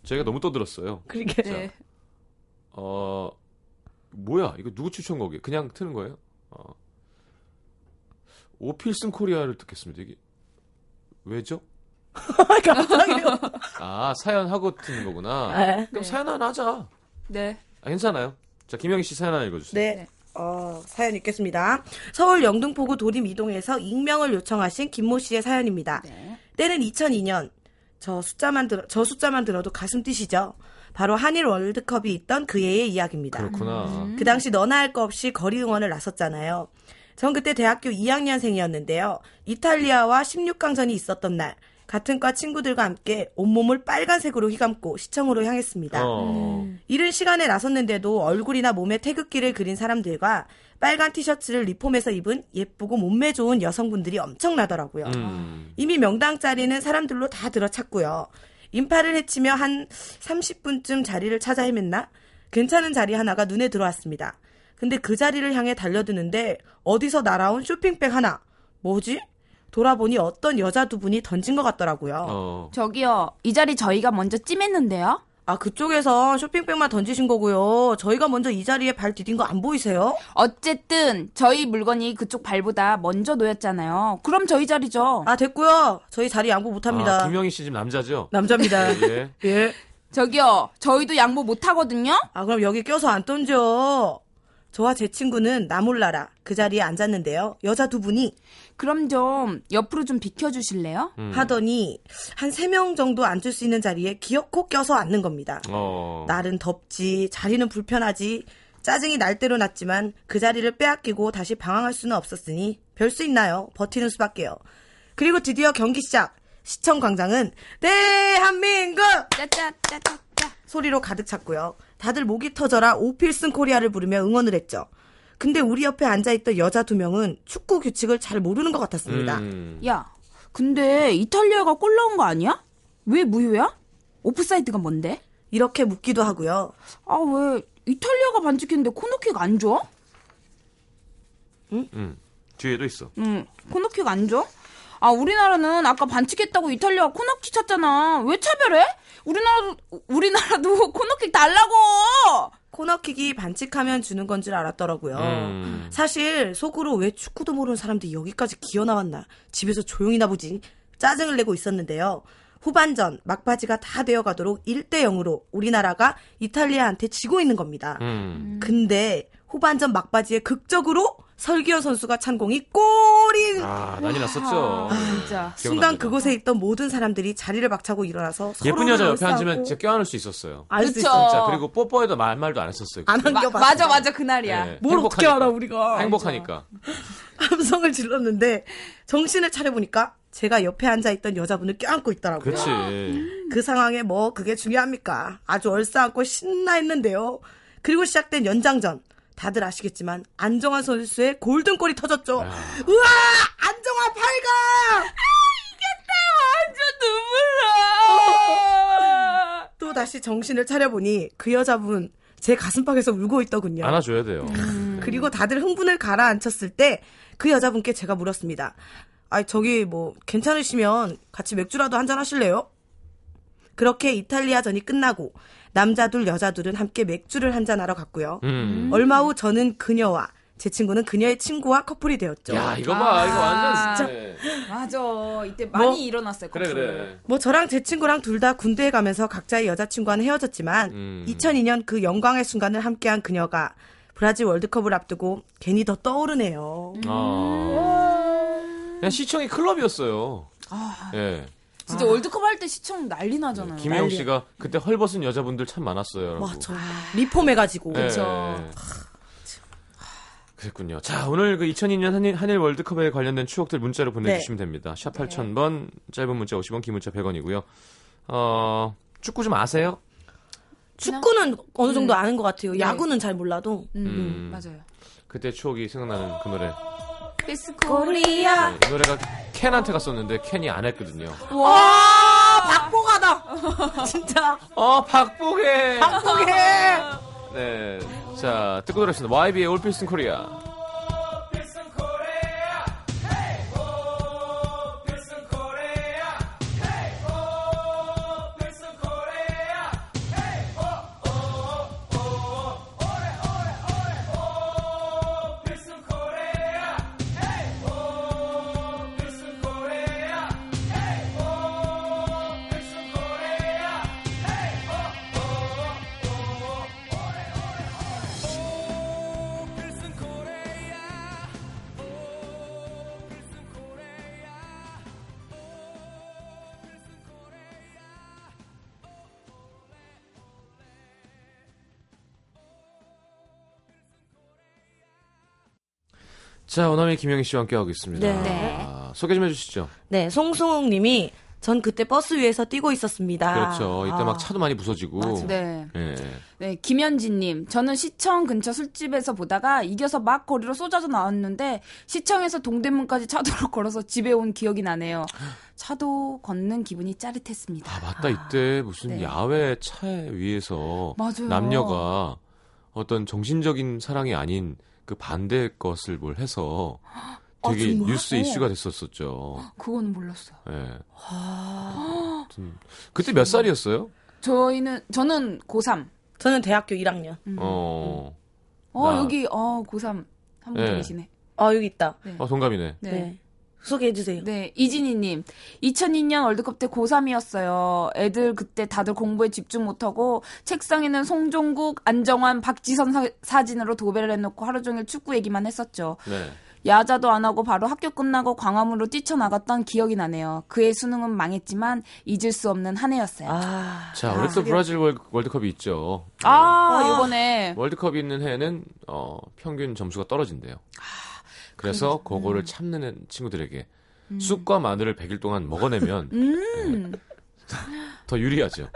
Speaker 1: 저희가 너무 떠들었어요.
Speaker 3: 그러게.
Speaker 1: 자,
Speaker 5: 네.
Speaker 1: 어 뭐야 이거 누구 추천곡이에요? 그냥 트는 거예요? 어. 오필슨 코리아를 듣겠습니다. 이게 왜죠?
Speaker 3: 갑자기요.
Speaker 1: 아 사연 하고 듣는 거구나.
Speaker 3: 네.
Speaker 1: 그럼
Speaker 5: 네.
Speaker 1: 사연 하나 하자.
Speaker 5: 네.
Speaker 1: 아, 괜찮아요. 자, 김영희 씨 사연 하나 읽어주세요.
Speaker 3: 네. 어, 사연 읽겠습니다. 서울 영등포구 도림 이동에서 익명을 요청하신 김모 씨의 사연입니다.
Speaker 1: 네.
Speaker 5: 네.
Speaker 3: 때는 2002년. 저 숫자만 들어, 저 숫자만 들어도 가슴 뛰시죠? 바로 한일 월드컵이 있던 그 해의 이야기입니다.
Speaker 1: 그렇구나.
Speaker 3: 그 당시 너나 할 거 없이 거리 응원을 나섰잖아요. 전 그때 대학교 2학년생이었는데요. 이탈리아와 16강전이 있었던 날, 같은 과 친구들과 함께 온몸을 빨간색으로 휘감고 시청으로 향했습니다.
Speaker 1: 어.
Speaker 3: 이른 시간에 나섰는데도 얼굴이나 몸에 태극기를 그린 사람들과 빨간 티셔츠를 리폼해서 입은 예쁘고 몸매 좋은 여성분들이 엄청나더라고요.
Speaker 1: 음.
Speaker 3: 이미 명당 자리는 사람들로 다 들어찼고요. 인파를 헤치며 한 30분쯤 자리를 찾아 헤맸나? 괜찮은 자리 하나가 눈에 들어왔습니다. 근데 그 자리를 향해 달려드는데 어디서 날아온 쇼핑백 하나. 뭐지? 돌아보니 어떤 여자 두 분이 던진 것 같더라고요.
Speaker 1: 어.
Speaker 5: 저기요, 이 자리 저희가 먼저 찜했는데요?
Speaker 3: 아, 그쪽에서 쇼핑백만 던지신 거고요. 저희가 먼저 이 자리에 발 디딘 거 안 보이세요?
Speaker 5: 어쨌든, 저희 물건이 그쪽 발보다 먼저 놓였잖아요. 그럼 저희 자리죠.
Speaker 3: 아, 됐고요. 저희 자리 양보 못 합니다. 네.
Speaker 1: 아, 김영희 씨 지금 남자죠?
Speaker 3: 남자입니다.
Speaker 1: 예.
Speaker 3: 예.
Speaker 5: 저기요, 저희도 양보 못 하거든요?
Speaker 3: 아, 그럼 여기 껴서 안 던져. 저와 제 친구는 나 몰라라 그 자리에 앉았는데요. 여자 두 분이
Speaker 5: 그럼 좀 옆으로 좀 비켜주실래요?
Speaker 3: 하더니 한 세 명 정도 앉을 수 있는 자리에 기어코 껴서 앉는 겁니다.
Speaker 1: 어.
Speaker 3: 날은 덥지, 자리는 불편하지, 짜증이 날 대로 났지만 그 자리를 빼앗기고 다시 방황할 수는 없었으니 별 수 있나요? 버티는 수밖에요. 그리고 드디어 경기 시작. 시청 광장은 대한민국
Speaker 5: 짜짜짜짜짜.
Speaker 3: 소리로 가득 찼고요. 다들 목이 터져라 오필슨 코리아를 부르며 응원을 했죠. 근데 우리 옆에 앉아있던 여자 두 명은 축구 규칙을 잘 모르는 것 같았습니다.
Speaker 1: 음.
Speaker 5: 야, 근데 이탈리아가 골 넣은 거 아니야? 왜 무효야? 오프사이드가 뭔데?
Speaker 3: 이렇게 묻기도 하고요.
Speaker 5: 아, 왜 이탈리아가 반칙했는데 코너킥 안 줘?
Speaker 1: 음. 뒤에도 있어.
Speaker 5: 응, 코너킥 안 줘? 아, 우리나라는 아까 반칙했다고 이탈리아 코너킥 찼잖아. 왜 차별해? 우리나라도, 우리나라도 코너킥 달라고!
Speaker 3: 코너킥이 반칙하면 주는 건 줄 알았더라고요.
Speaker 1: 음.
Speaker 3: 사실 속으로 왜 축구도 모르는 사람들이 여기까지 기어 나왔나 집에서 조용히 나보지 짜증을 내고 있었는데요. 후반전 막바지가 다 되어가도록 1대 0으로 우리나라가 이탈리아한테 지고 있는 겁니다.
Speaker 1: 음.
Speaker 3: 근데 후반전 막바지에 극적으로 설기현 선수가 찬 공이 골인
Speaker 1: 아, 난이 났었죠.
Speaker 5: 아, 진짜.
Speaker 3: 순간
Speaker 1: 기억납니다.
Speaker 3: 그곳에 있던 모든 사람들이 자리를 박차고 일어나서 서로를
Speaker 1: 예쁜 여자 옆에
Speaker 3: 으쌰하고
Speaker 1: 앉으면 진짜 껴안을 수 있었어요.
Speaker 3: 알수
Speaker 5: 그쵸.
Speaker 3: 있어.
Speaker 1: 진짜 그리고 뽀뽀해도 말 말도 안 했었어요.
Speaker 3: 안
Speaker 5: 마-
Speaker 3: 안겨봤어.
Speaker 5: 맞아, 맞아, 그날이야.
Speaker 1: 네,
Speaker 3: 뭘 어떻게
Speaker 1: 행복하니까.
Speaker 3: 알아 우리가.
Speaker 1: 행복하니까.
Speaker 3: 함성을 질렀는데 정신을 차려보니까 제가 옆에 앉아있던 여자분을 껴안고 있더라고요.
Speaker 1: 그렇지.
Speaker 3: 그 상황에 뭐 그게 중요합니까? 아주 얼싸하고 신나했는데요. 그리고 시작된 연장전. 다들 아시겠지만 안정환 선수의 골든골이 터졌죠.
Speaker 1: 아.
Speaker 3: 우와! 안정환 8강!
Speaker 5: 완전 눈물 나!
Speaker 3: 또 다시 정신을 차려보니 그 여자분 제 가슴팍에서 울고 있더군요.
Speaker 1: 안아줘야 돼요.
Speaker 3: 그리고 다들 흥분을 가라앉혔을 때 그 여자분께 제가 물었습니다. 아 저기 뭐 괜찮으시면 같이 맥주라도 한잔 하실래요? 그렇게 이탈리아전이 끝나고 남자 둘 여자 둘은 함께 맥주를 한잔 하러 갔고요.
Speaker 1: 음.
Speaker 3: 얼마 후 저는 그녀와 제 친구는 그녀의 친구와 커플이 되었죠.
Speaker 1: 야, 이거 봐. 이거
Speaker 5: 아.
Speaker 1: 완전 진짜.
Speaker 5: 맞아. 이때 많이
Speaker 3: 뭐?
Speaker 5: 일어났어요.
Speaker 1: 그래,
Speaker 5: 커플.
Speaker 1: 그래.
Speaker 3: 뭐 저랑 제 친구랑 둘 다 군대에 가면서 각자의 여자친구와는 헤어졌지만
Speaker 1: 음.
Speaker 3: 2002년 그 영광의 순간을 함께한 그녀가 브라질 월드컵을 앞두고 괜히 더 떠오르네요.
Speaker 1: 아. 그냥 시청이 클럽이었어요. 예.
Speaker 5: 진짜 월드컵 할 때 시청 음. 난리 나잖아요.
Speaker 1: 김혜영 씨가 그때 헐벗은 여자분들 참 많았어요. 라고.
Speaker 3: 맞아. 리폼해가지고.
Speaker 1: 예, 예. 그랬군요. 자, 오늘 그 2002년 한일, 한일 월드컵에 관련된 추억들 문자로 보내주시면 됩니다. 샵 8000번, 짧은 문자 50원, 긴 문자 100원이고요. 어, 축구 좀 아세요?
Speaker 3: 축구는 어느 정도 아는 것 같아요. 야구는 잘 몰라도.
Speaker 5: 음,
Speaker 1: 음.
Speaker 5: 맞아요.
Speaker 1: 그때 추억이 생각나는 그 노래. 네,
Speaker 5: 베스 코리아.
Speaker 1: 이 노래가 켄한테 갔었는데 켄이 안 했거든요.
Speaker 3: 박보가다! 진짜.
Speaker 1: 어, 박보게!
Speaker 3: 박보게!
Speaker 1: 네. 자, 듣고 돌아오겠습니다. YB의 올필슨 코리아.
Speaker 6: oh, oh, oh, oh, oh,
Speaker 1: 자, 오나미 김영희 씨와 함께하고 있습니다.
Speaker 3: 네.
Speaker 1: 아, 소개 좀 해주시죠.
Speaker 3: 네, 송승욱 님이 전 그때 버스 위에서 뛰고 있었습니다.
Speaker 1: 그렇죠. 이때
Speaker 3: 아.
Speaker 1: 막 차도 많이 부서지고.
Speaker 5: 네.
Speaker 1: 예.
Speaker 5: 네, 김현진님. 저는 시청 근처 술집에서 보다가 이겨서 막 거리로 쏟아져 나왔는데 시청에서 동대문까지 차도로 걸어서 집에 온 기억이 나네요. 차도 걷는 기분이 짜릿했습니다.
Speaker 1: 아, 맞다. 이때 무슨
Speaker 5: 네.
Speaker 1: 야외 차에 위에서
Speaker 5: 맞아요.
Speaker 1: 남녀가 어떤 정신적인 사랑이 아닌 그 반대 것을 뭘 해서 되게
Speaker 5: 아, 정말?
Speaker 1: 뉴스
Speaker 5: 어.
Speaker 1: 이슈가 됐었었죠.
Speaker 5: 그거는 몰랐어요.
Speaker 1: 예. 아무튼 그때 몇 살이었어요?
Speaker 5: 저희는 저는 고3.
Speaker 3: 저는 대학교 1학년.
Speaker 1: 어.
Speaker 5: 어,
Speaker 1: 나-
Speaker 5: 여기 어, 고3 한 분
Speaker 1: 네.
Speaker 5: 계시네.
Speaker 3: 아, 여기 있다.
Speaker 1: 어, 동갑이네.
Speaker 5: 네.
Speaker 3: 네. 소개해 주세요.
Speaker 5: 네, 이진희님. 2002년 월드컵 때 고3이었어요. 애들 그때 다들 공부에 집중 못하고 책상에는 송종국, 안정환, 박지선 사, 사진으로 도배를 해놓고 하루 종일 축구 얘기만 했었죠.
Speaker 1: 네.
Speaker 5: 야자도 안 하고 바로 학교 끝나고 광화문으로 뛰쳐나갔던 기억이 나네요. 그의 수능은 망했지만 잊을 수 없는 한 해였어요. 아,
Speaker 3: 아,
Speaker 1: 자, 우리 또 브라질 월, 월드컵이 있죠.
Speaker 5: 아,
Speaker 3: 네.
Speaker 5: 이번에
Speaker 1: 월드컵이 있는 해에는 어, 평균 점수가 떨어진대요.
Speaker 3: 아,
Speaker 1: 그래서 그거를 참는 애- 친구들에게
Speaker 3: 음.
Speaker 1: 쑥과 마늘을 100일 동안 먹어내면 네.
Speaker 5: 음.
Speaker 1: 더 유리하죠.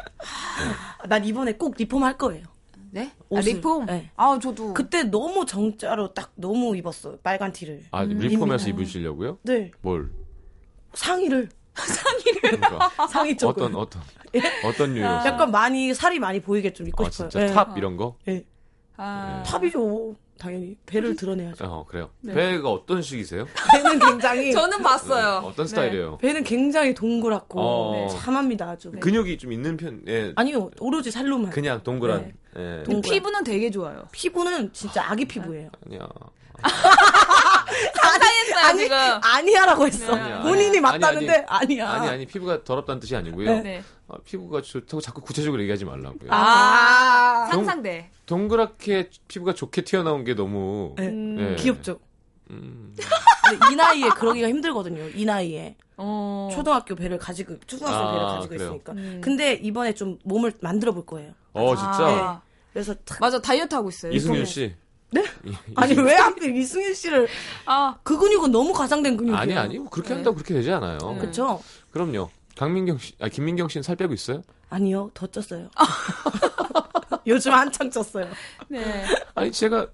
Speaker 3: 난 이번에 꼭 리폼 할 거예요.
Speaker 5: 네? 아,
Speaker 3: 옷을,
Speaker 5: 리폼?
Speaker 3: 네.
Speaker 5: 아, 저도.
Speaker 3: 그때 너무 정자로 딱 너무 입었어요. 빨간 티를.
Speaker 1: 아, 리폼에서 입으시려고요?
Speaker 3: 네.
Speaker 1: 뭘?
Speaker 3: 상의를.
Speaker 1: 그러니까.
Speaker 3: 상의 쪽을.
Speaker 1: 어떤 어떤 어떤 류?
Speaker 3: 아, 약간 많이 살이 많이 보이게 좀 입고
Speaker 1: 아,
Speaker 3: 싶어요.
Speaker 1: 진짜
Speaker 3: 네.
Speaker 1: 탑 이런 거?
Speaker 3: 네.
Speaker 5: 아.
Speaker 3: 탑이죠. 당연히 배를 드러내야죠.
Speaker 1: 어, 그래요.
Speaker 3: 네.
Speaker 1: 배가 어떤 식이세요?
Speaker 3: 배는 굉장히
Speaker 4: 네. 저는 봤어요.
Speaker 3: 네.
Speaker 1: 어떤 스타일이에요?
Speaker 3: 배는 굉장히 동그랗고 네,
Speaker 1: 어.
Speaker 3: 참합니다 아주. 네.
Speaker 1: 근육이 좀 있는 편, 예.
Speaker 3: 아니요 오로지 살로만.
Speaker 1: 그냥 동그란. 예.
Speaker 3: 동-
Speaker 5: 근데 피부는 되게 좋아요.
Speaker 3: 피부는 진짜 아기 피부예요.
Speaker 1: 아니야.
Speaker 5: 아,
Speaker 4: 상상했어요, 지금.
Speaker 3: 아니야라고 했어.
Speaker 1: 아니야.
Speaker 3: 본인이
Speaker 1: 아니,
Speaker 3: 맞다는데
Speaker 1: 아니,
Speaker 3: 아니야.
Speaker 1: 아니, 피부가 더럽다는 뜻이 아니고요.
Speaker 4: 네.
Speaker 1: 아, 피부가 좋다고 자꾸 구체적으로 얘기하지 말라고요.
Speaker 5: 아.
Speaker 4: 아,
Speaker 1: 동-
Speaker 4: 상상돼.
Speaker 1: 동그랗게 피부가 좋게 튀어나온 게 너무
Speaker 3: 네.
Speaker 1: 예.
Speaker 3: 귀엽죠.
Speaker 1: 음,
Speaker 3: 근데 이 나이에 그러기가 힘들거든요. 이 나이에
Speaker 4: 어.
Speaker 3: 초등학교 배를 가지고 초등학생
Speaker 1: 아,
Speaker 3: 배를 가지고
Speaker 1: 그래요?
Speaker 3: 있으니까. 근데 이번에 좀 몸을 만들어 볼 거예요.
Speaker 1: 어 진짜
Speaker 5: 아,
Speaker 3: 그래서 탁-
Speaker 5: 맞아, 다이어트 하고 있어요.
Speaker 1: 이승윤 씨.
Speaker 3: 네?
Speaker 1: 그 이-
Speaker 3: 아니 왜 하필 이승윤 씨를
Speaker 5: 아,
Speaker 3: 그 근육은 너무 과장된 근육이에요.
Speaker 1: 아니 아니 그렇게 한다고 그렇게 되지 않아요.
Speaker 3: 네. 그렇죠.
Speaker 1: 그럼요. 강민경 씨, 아 김민경 씨는 살 빼고 있어요?
Speaker 3: 아니요, 더 쪘어요.
Speaker 5: 아.
Speaker 3: 요즘 한창 쪘어요.
Speaker 5: 네.
Speaker 1: 아니 제가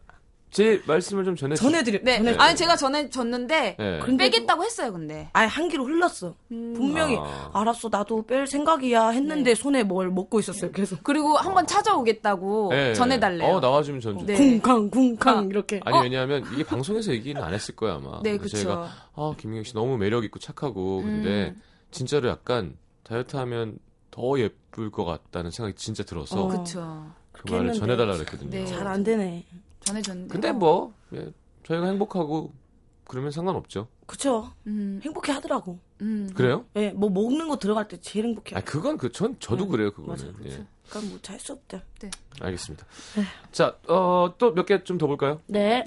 Speaker 1: 제 말씀을 좀 전해
Speaker 3: 전해드려.
Speaker 5: 네.
Speaker 3: 전해.
Speaker 5: 아니 제가 전에 줬는데
Speaker 1: 예.
Speaker 5: 빼겠다고 했어요, 근데.
Speaker 3: 아예 한 키로 흘렀어.
Speaker 5: 음.
Speaker 3: 분명히
Speaker 1: 아.
Speaker 3: 알았어, 나도 뺄 생각이야 했는데
Speaker 5: 네.
Speaker 3: 손에 뭘 먹고 있었어요. 계속
Speaker 5: 그리고 한번 찾아오겠다고
Speaker 1: 예.
Speaker 5: 전해달래요.
Speaker 1: 어 나와주면 전 좀.
Speaker 5: 네.
Speaker 3: 쿵쾅 쿵쾅 이렇게.
Speaker 1: 아니 왜냐하면 이게 방송에서 얘기는 안 했을 거야 아마.
Speaker 5: 네,
Speaker 1: 그래서
Speaker 5: 그쵸. 음.
Speaker 1: 제가 아 김민경 씨 너무 매력 있고 착하고 근데 진짜로 약간 다이어트 하면 더 예쁠 것 같다는 생각이 진짜 들어서
Speaker 3: 어,
Speaker 5: 그쵸.
Speaker 1: 그 말을
Speaker 3: 했는데.
Speaker 1: 전해달라 그랬거든요.
Speaker 5: 네.
Speaker 3: 잘 안 되네.
Speaker 5: 전해줬는데.
Speaker 1: 근데 뭐 예, 저희가 행복하고 그러면 상관없죠.
Speaker 3: 그쵸?
Speaker 5: 음,
Speaker 3: 행복해 하더라고.
Speaker 5: 음.
Speaker 1: 그래요?
Speaker 3: 예, 뭐 먹는 거 들어갈 때 제일 행복해.
Speaker 1: 아 그건 그 전
Speaker 5: 음,
Speaker 1: 저도 그래요 그거는.
Speaker 5: 그렇죠.
Speaker 1: 예,
Speaker 3: 그러니까 뭐 잘 수 없다.
Speaker 1: 알겠습니다.
Speaker 5: 네.
Speaker 1: 자또 몇 개 좀 더 볼까요?
Speaker 3: 네.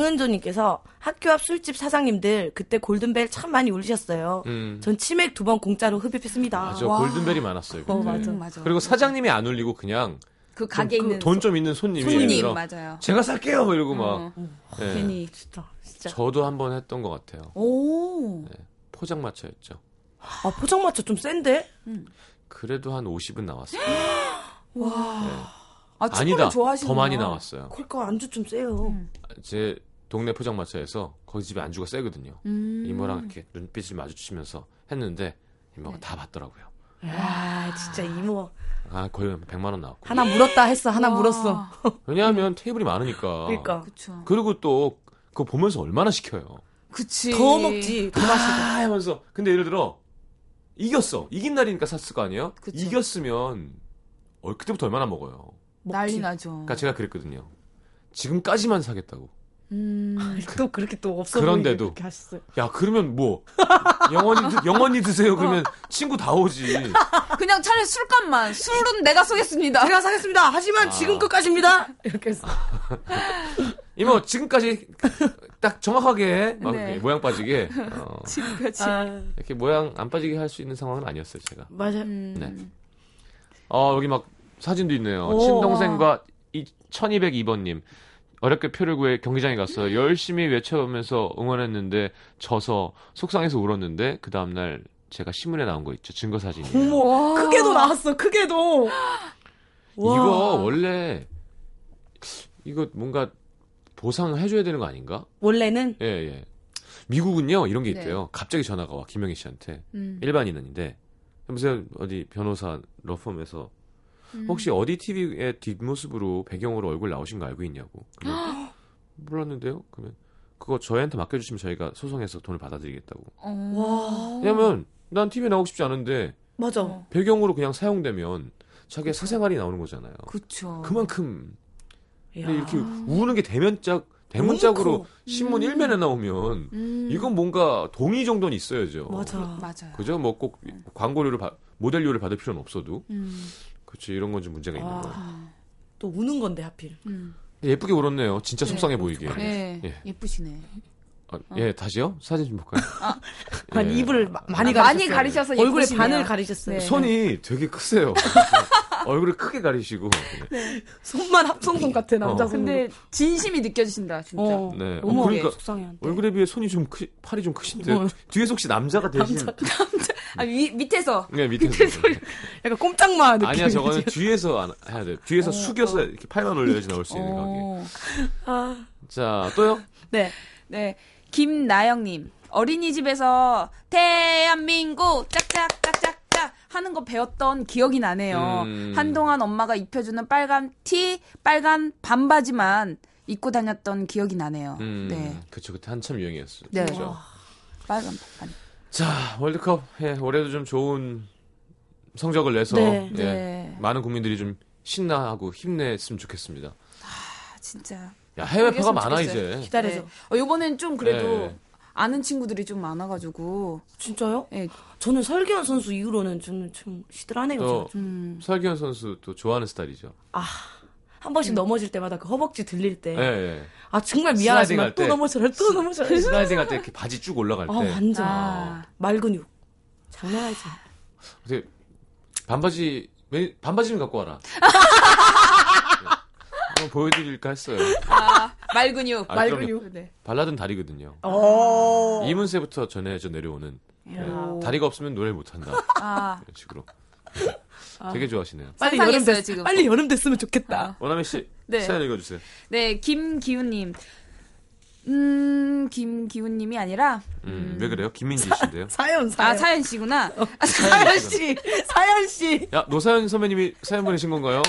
Speaker 3: 장은조님께서 학교 앞 술집 사장님들 그때 골든벨 참 많이 울리셨어요.
Speaker 1: 음.
Speaker 3: 전 치맥 두 번 공짜로 흡입했습니다.
Speaker 1: 맞아
Speaker 5: 와.
Speaker 1: 골든벨이 많았어요.
Speaker 3: 어,
Speaker 1: 그때.
Speaker 3: 맞아.
Speaker 5: 맞아.
Speaker 1: 음. 그리고 사장님이 안 울리고 그냥
Speaker 5: 그 가게 있는
Speaker 1: 돈 좀 있는 손님이 예를
Speaker 5: 손님
Speaker 1: 들어
Speaker 5: 맞아요.
Speaker 1: 제가 살게요 뭐 이러고 막
Speaker 5: 어,
Speaker 1: 예.
Speaker 5: 괜히.
Speaker 3: 진짜, 진짜.
Speaker 1: 저도 한 번 했던 것 같아요.
Speaker 5: 오.
Speaker 1: 포장마차였죠.
Speaker 3: 아, 포장마차 좀 센데?
Speaker 1: 그래도 한 50은 나왔어요.
Speaker 5: 아,
Speaker 1: 아니다.
Speaker 5: 축구를 좋아하시는
Speaker 1: 더 많이 나왔어요.
Speaker 3: 그러니까 안주 좀 세요.
Speaker 5: 음.
Speaker 1: 제 동네 포장마차에서 거기 집에 안주가 세거든요.
Speaker 5: 음.
Speaker 1: 이모랑 이렇게 눈빛을 마주치면서 했는데 이모가
Speaker 5: 네.
Speaker 1: 다 봤더라고요.
Speaker 3: 아, 진짜 이모.
Speaker 1: 아 거의 100만 원 나왔고.
Speaker 3: 하나 물었다 했어, 하나 물었어.
Speaker 5: 와,
Speaker 1: 왜냐하면 테이블이 많으니까.
Speaker 3: 그러니까.
Speaker 5: 음. 그쵸.
Speaker 1: 리고또 그거 보면서 얼마나 시켜요.
Speaker 5: 그치.
Speaker 3: 더 먹지, 더 마시고.
Speaker 1: 아 하면서 근데 예를 들어 이겼어. 이긴 날이니까 샀을 거 아니에요?
Speaker 5: 그쵸.
Speaker 1: 이겼으면 어, 그때부터 얼마나 먹어요.
Speaker 5: 난리 나죠.
Speaker 1: 그러니까 제가 그랬거든요. 지금까지만 사겠다고.
Speaker 5: 음.
Speaker 3: 또 그렇게 또 없어
Speaker 1: 그런데도.
Speaker 3: 보이게 그렇게 하셨어요.
Speaker 1: 야 그러면 뭐 영원히 드, 영원히 드세요. 그러면
Speaker 3: 어.
Speaker 1: 친구 다 오지.
Speaker 5: 그냥 차라리 술값만. 술은 내가 쏘겠습니다.
Speaker 3: 제가 사겠습니다. 하지만
Speaker 1: 아.
Speaker 3: 지금 끝까지입니다. 이렇게 했어.
Speaker 1: 이모 지금까지 딱 정확하게 막
Speaker 5: 네.
Speaker 1: 이렇게 모양 빠지게 어,
Speaker 5: 지금까지.
Speaker 3: 아,
Speaker 1: 이렇게 모양 안 빠지게 할 수 있는 상황은 아니었어요 제가.
Speaker 3: 맞아요.
Speaker 5: 음.
Speaker 1: 네. 어 여기 막 사진도 있네요.
Speaker 3: 오.
Speaker 1: 친동생과 이 1202번님. 어렵게 표를 구해 경기장에 갔어요. 열심히 외쳐보면서 응원했는데 져서 속상해서 울었는데 그 다음날 제가 신문에 나온 거 있죠. 증거 사진. 이요
Speaker 3: 어머, 크게도 나왔어, 크게도. 와.
Speaker 1: 이거 원래 이거 뭔가 보상을 해줘야 되는 거 아닌가?
Speaker 3: 원래는
Speaker 1: 예 예. 미국은요 이런 게
Speaker 5: 네.
Speaker 1: 있대요. 갑자기 전화가 와 김영희 씨한테
Speaker 5: 음.
Speaker 1: 일반인인데 여보세요 어디 변호사 러펌에서
Speaker 5: 음.
Speaker 1: 혹시 어디 TV의 뒷모습으로 배경으로 얼굴 나오신 거 알고 있냐고. 그러면 몰랐는데요. 그러면 그거 저희한테 맡겨주시면 저희가 소송해서 돈을 받아드리겠다고.
Speaker 5: 어.
Speaker 1: 왜냐면 난 TV에 나오고 싶지 않은데
Speaker 3: 맞아.
Speaker 5: 어.
Speaker 1: 배경으로 그냥 사용되면 자기의
Speaker 5: 어.
Speaker 1: 사생활이 나오는 거잖아요.
Speaker 5: 그쵸.
Speaker 1: 그만큼
Speaker 3: 야.
Speaker 1: 근데 이렇게 우는 게 대면짝 대문짝으로
Speaker 3: 너무
Speaker 1: 신문 1면에 나오면 이건 뭔가 동의 정도는 있어야죠.
Speaker 3: 맞아.
Speaker 5: 음. 맞아요.
Speaker 1: 그죠? 뭐 꼭 광고료를 받, 모델료를 받을 필요는 없어도.
Speaker 3: 음.
Speaker 1: 그렇지 이런 건 좀 문제가 있는 거예요.
Speaker 3: 아, 또 우는 건데
Speaker 1: 예.
Speaker 3: 하필.
Speaker 1: 예쁘게 울었네요. 진짜 속상해 보이게.
Speaker 5: 음, 예.
Speaker 1: 예.
Speaker 5: 예쁘시네.
Speaker 1: 아, 예, 다시요? 사진 좀 볼까요?
Speaker 3: 아,
Speaker 1: 예.
Speaker 3: 입을 마- 많이 가리셨어요.
Speaker 5: 많이 가리셔서
Speaker 3: 얼굴에
Speaker 5: 예쁘시네요.
Speaker 3: 반을 가리셨어요.
Speaker 5: 네.
Speaker 1: 손이 되게 크세요. 얼굴을 크게 가리시고. 네.
Speaker 3: 손만 합성손 같아
Speaker 1: 어.
Speaker 3: 남자분.
Speaker 5: 근데 진심이 느껴지신다 진짜.
Speaker 3: 어,
Speaker 1: 네.
Speaker 3: 너무
Speaker 1: 어, 그러니까
Speaker 3: 속상해한데.
Speaker 1: 얼굴에 비해 손이 좀 크, 팔이 좀 크신데
Speaker 3: 어.
Speaker 1: 뒤에서 혹시 남자가 되신?
Speaker 5: 아, 위, 밑에서
Speaker 1: 네 밑에서.
Speaker 3: 약간 꼼짝마 느낌.
Speaker 1: 아니야 저거는 뒤에서 안 해야 돼. 뒤에서 숙여서 이렇게 팔만 올려야지 나올
Speaker 3: 음.
Speaker 1: 수 있는 가게.
Speaker 5: 어.
Speaker 3: 아,
Speaker 1: 자 또요?
Speaker 3: 네.
Speaker 5: 네. 김나영님. 어린이집에서 대한민국 짝짝짝짝짝 하는 거 배웠던 기억이 나네요.
Speaker 1: 음.
Speaker 5: 한동안 엄마가 입혀주는 빨간 티, 빨간 반바지만 입고 다녔던 기억이 나네요.
Speaker 1: 음,
Speaker 5: 네.
Speaker 1: 그쵸 그때 한참 유행이었어.
Speaker 5: 네.
Speaker 1: 그죠.
Speaker 5: 빨간 반바지.
Speaker 1: 자 월드컵 예, 올해도 좀 좋은 성적을 내서
Speaker 3: 네.
Speaker 1: 예,
Speaker 5: 네.
Speaker 1: 많은 국민들이 좀 신나하고 힘냈으면 좋겠습니다.
Speaker 5: 아, 진짜.
Speaker 1: 야 해외파가
Speaker 5: 알겠으면
Speaker 1: 많아
Speaker 5: 좋겠어요.
Speaker 1: 이제.
Speaker 3: 기다려서.
Speaker 5: 어, 요번엔 좀 그래도
Speaker 1: 네.
Speaker 5: 아는 친구들이 좀 많아가지고.
Speaker 3: 진짜요?
Speaker 5: 예.
Speaker 3: 저는 설기현 선수 이후로는 저는 좀 시들하네요.
Speaker 1: 또
Speaker 3: 제가.
Speaker 5: 음.
Speaker 1: 설기현 선수 또 좋아하는 스타일이죠.
Speaker 3: 한 번씩 넘어질 때마다 그 허벅지 들릴 때.
Speaker 5: 네.
Speaker 1: 예, 예.
Speaker 3: 아 정말
Speaker 1: 슬라이딩 할
Speaker 3: 미안하지만 또
Speaker 1: 때.
Speaker 3: 넘어져요. 또 넘어져요.
Speaker 1: 슬라이딩 할 때 이렇게 바지 쭉 올라갈
Speaker 3: 아
Speaker 1: 때
Speaker 3: 완전
Speaker 5: 아.
Speaker 3: 말근육. 장난하지.
Speaker 1: 어떻게 반바지 매- 반바지 좀 갖고 와라. 네. 한번 보여드릴까 했어요.
Speaker 5: 아, 말 근육.
Speaker 1: 아,
Speaker 5: 말
Speaker 1: 그럼요.
Speaker 5: 근육. 네.
Speaker 1: 발라드는 다리거든요.
Speaker 3: 어. 아.
Speaker 1: 이문세부터 전해져 내려오는 네.
Speaker 5: 오.
Speaker 1: 다리가 없으면 노래 못한다
Speaker 5: 아,
Speaker 1: 이런 식으로 되게 좋아하시네요.
Speaker 3: 빨리 여름
Speaker 5: 상상했어요,
Speaker 3: 됐,
Speaker 5: 지금.
Speaker 3: 빨리 여름 됐으면 좋겠다.
Speaker 1: 원아미 씨
Speaker 5: 네.
Speaker 1: 사연 읽어주세요.
Speaker 5: 네, 김기훈님. 음, 김기훈님이 아니라
Speaker 1: 음, 왜 그래요? 김민지 씨인데요.
Speaker 3: 사연 사연.
Speaker 1: 네.
Speaker 5: 아 사연 씨구나. 아,
Speaker 3: 사연 씨. 사연 씨.
Speaker 1: 야 노사연 선배님이 사연 보내신 건가요?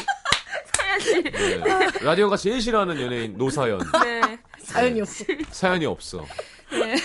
Speaker 5: 사연 씨.
Speaker 1: 네. 라디오가 제일 싫어하는 연예인 노사연
Speaker 5: 네.
Speaker 3: 사연이 없어.
Speaker 1: 사연이 없어.
Speaker 5: 네.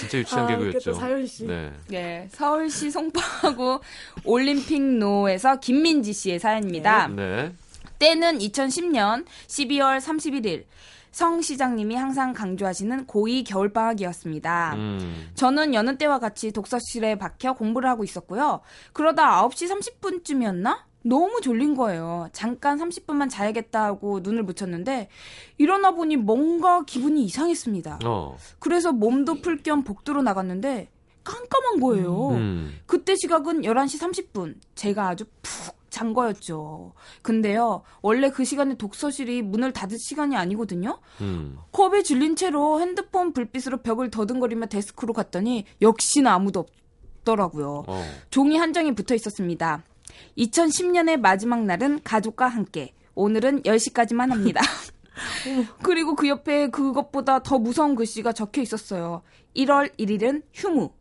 Speaker 1: 진짜 유치한
Speaker 3: 아,
Speaker 1: 개그였죠.
Speaker 3: 웃겠다, 사연 씨.
Speaker 1: 네.
Speaker 5: 네, 서울시 송파구 올림픽로에서 김민지 씨의 사연입니다.
Speaker 1: 네.
Speaker 5: 때는 2010년 12월 31일. 성 시장님이 항상 강조하시는 고2 겨울방학이었습니다.
Speaker 1: 음.
Speaker 5: 저는 여느 때와 같이 독서실에 박혀 공부를 하고 있었고요. 그러다 9시 30분쯤이었나? 너무 졸린 거예요. 잠깐 30분만 자야겠다 하고 눈을 붙였는데 일어나 보니 뭔가 기분이 이상했습니다.
Speaker 1: 어.
Speaker 5: 그래서 몸도 풀 겸 복도로 나갔는데 깜깜한 거예요.
Speaker 1: 음.
Speaker 5: 그때 시각은 11시 30분. 제가 아주 푹 잔 거였죠. 근데요, 원래 그 시간에 독서실이 문을 닫을 시간이 아니거든요?
Speaker 1: 음.
Speaker 5: 컵에 질린 채로 핸드폰 불빛으로 벽을 더듬거리며 데스크로 갔더니 역시나 아무도 없더라고요.
Speaker 1: 어.
Speaker 5: 종이 한 장이 붙어 있었습니다. 2010년의 마지막 날은 가족과 함께. 오늘은 10시까지만 합니다. 그리고 그 옆에 그것보다 더 무서운 글씨가 적혀 있었어요. 1월 1일은 휴무.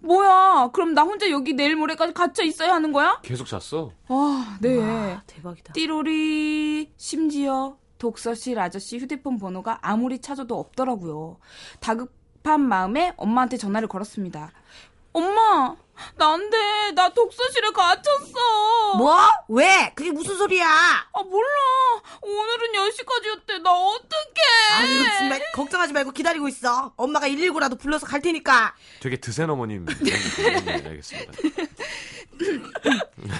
Speaker 5: 뭐야, 그럼 나 혼자 여기 내일 모레까지 갇혀 있어야 하는 거야?
Speaker 1: 계속 잤어?
Speaker 5: 아, 네.
Speaker 3: 와, 대박이다.
Speaker 5: 띠로리 심지어 독서실 아저씨 휴대폰 번호가 아무리 찾아도 없더라고요. 다급한 마음에 엄마한테 전화를 걸었습니다. 엄마, 난데 나 독서실에 갇혔어.
Speaker 3: 뭐? 왜? 그게 무슨 소리야?
Speaker 5: 아 몰라. 오늘은 10시까지였대. 나
Speaker 3: 아유, 네.
Speaker 5: 어떡해.
Speaker 3: 정말 걱정하지 말고 기다리고 있어. 엄마가 119라도 불러서 갈 테니까.
Speaker 1: 되게 드센 어머님. 네, 알겠습니다.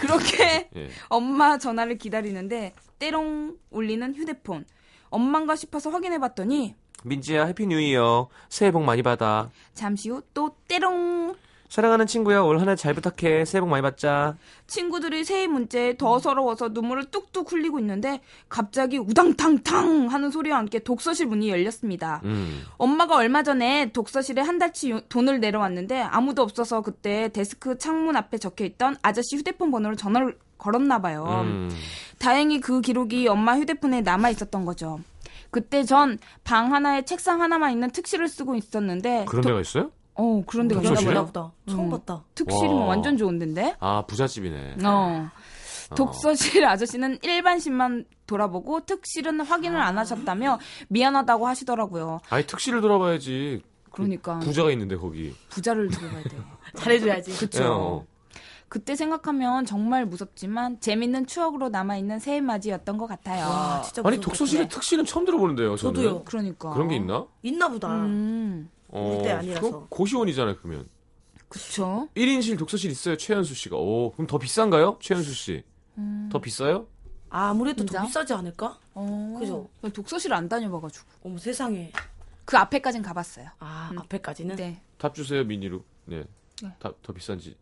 Speaker 5: 그렇게
Speaker 1: 예.
Speaker 5: 엄마 전화를 기다리는데 때롱 울리는 휴대폰. 엄만가 싶어서 확인해 봤더니
Speaker 1: 민지야, 해피 뉴 이어. 새해 복 많이 받아.
Speaker 5: 잠시 후 또 때롱
Speaker 1: 사랑하는 친구야, 올 한 해 잘 부탁해. 새해 복 많이 받자.
Speaker 5: 친구들이 새해 문제에 더 서러워서 눈물을 뚝뚝 흘리고 있는데 갑자기 우당탕탕 하는 소리와 함께 독서실 문이 열렸습니다.
Speaker 1: 음.
Speaker 5: 엄마가 얼마 전에 독서실에 한 달치 요- 돈을 내려왔는데 아무도 없어서 그때 데스크 창문 앞에 적혀있던 아저씨 휴대폰 번호로 전화를 걸었나 봐요.
Speaker 1: 음.
Speaker 5: 다행히 그 기록이 엄마 휴대폰에 남아 있었던 거죠. 그때 전 방 하나에 책상 하나만 있는 특실을 쓰고 있었는데
Speaker 1: 그런
Speaker 5: 도-
Speaker 1: 데가 있어요?
Speaker 5: 어 그런 데가
Speaker 1: 독서실에?
Speaker 3: 나
Speaker 5: 있나 봐요.
Speaker 3: 보다. 처음 봤다.
Speaker 5: 특실이면
Speaker 1: 와.
Speaker 5: 완전 좋은 데인데.
Speaker 1: 아, 부잣집이네.
Speaker 5: 어. 독서실 아저씨는 일반실만 돌아보고 특실은 확인을 안 하셨다며 미안하다고 하시더라고요.
Speaker 1: 아니, 특실을 돌아봐야지.
Speaker 5: 그러니까
Speaker 1: 부자가 있는데, 거기. 예,
Speaker 5: 부자를 들어가야 돼요.
Speaker 3: 잘해줘야지.
Speaker 5: 그쵸. 그때 생각하면 정말 무섭지만 재밌는 추억으로 남아있는 새해맞이였던 것 같아요.
Speaker 3: 와, 진짜
Speaker 1: 아니
Speaker 3: 무섭겠다.
Speaker 1: 독서실에 특시는 처음 들어보는데요. 저는.
Speaker 3: 저도요.
Speaker 5: 그러니까.
Speaker 1: 그런 게 있나?
Speaker 3: 있나 보다.
Speaker 5: 음,
Speaker 1: 어,
Speaker 3: 우리 때 아니라서.
Speaker 1: 그건 고시원이잖아요. 그러면
Speaker 5: 그쵸.
Speaker 1: 1인실 독서실 있어요. 최현수 씨가. 오 그럼 더 비싼가요? 최현수 씨.
Speaker 3: 음.
Speaker 1: 더 비싸요?
Speaker 3: 아, 아무래도
Speaker 5: 진짜?
Speaker 3: 더 비싸지 않을까?
Speaker 5: 어,
Speaker 3: 그죠.
Speaker 5: 난 독서실 안 다녀봐가지고.
Speaker 3: 어머 세상에.
Speaker 5: 그 앞에까진 가봤어요.
Speaker 3: 아 앞에까지는
Speaker 5: 네.
Speaker 1: 답 주세요 미니로. 네.
Speaker 5: 네.
Speaker 1: 답 더 비싼지.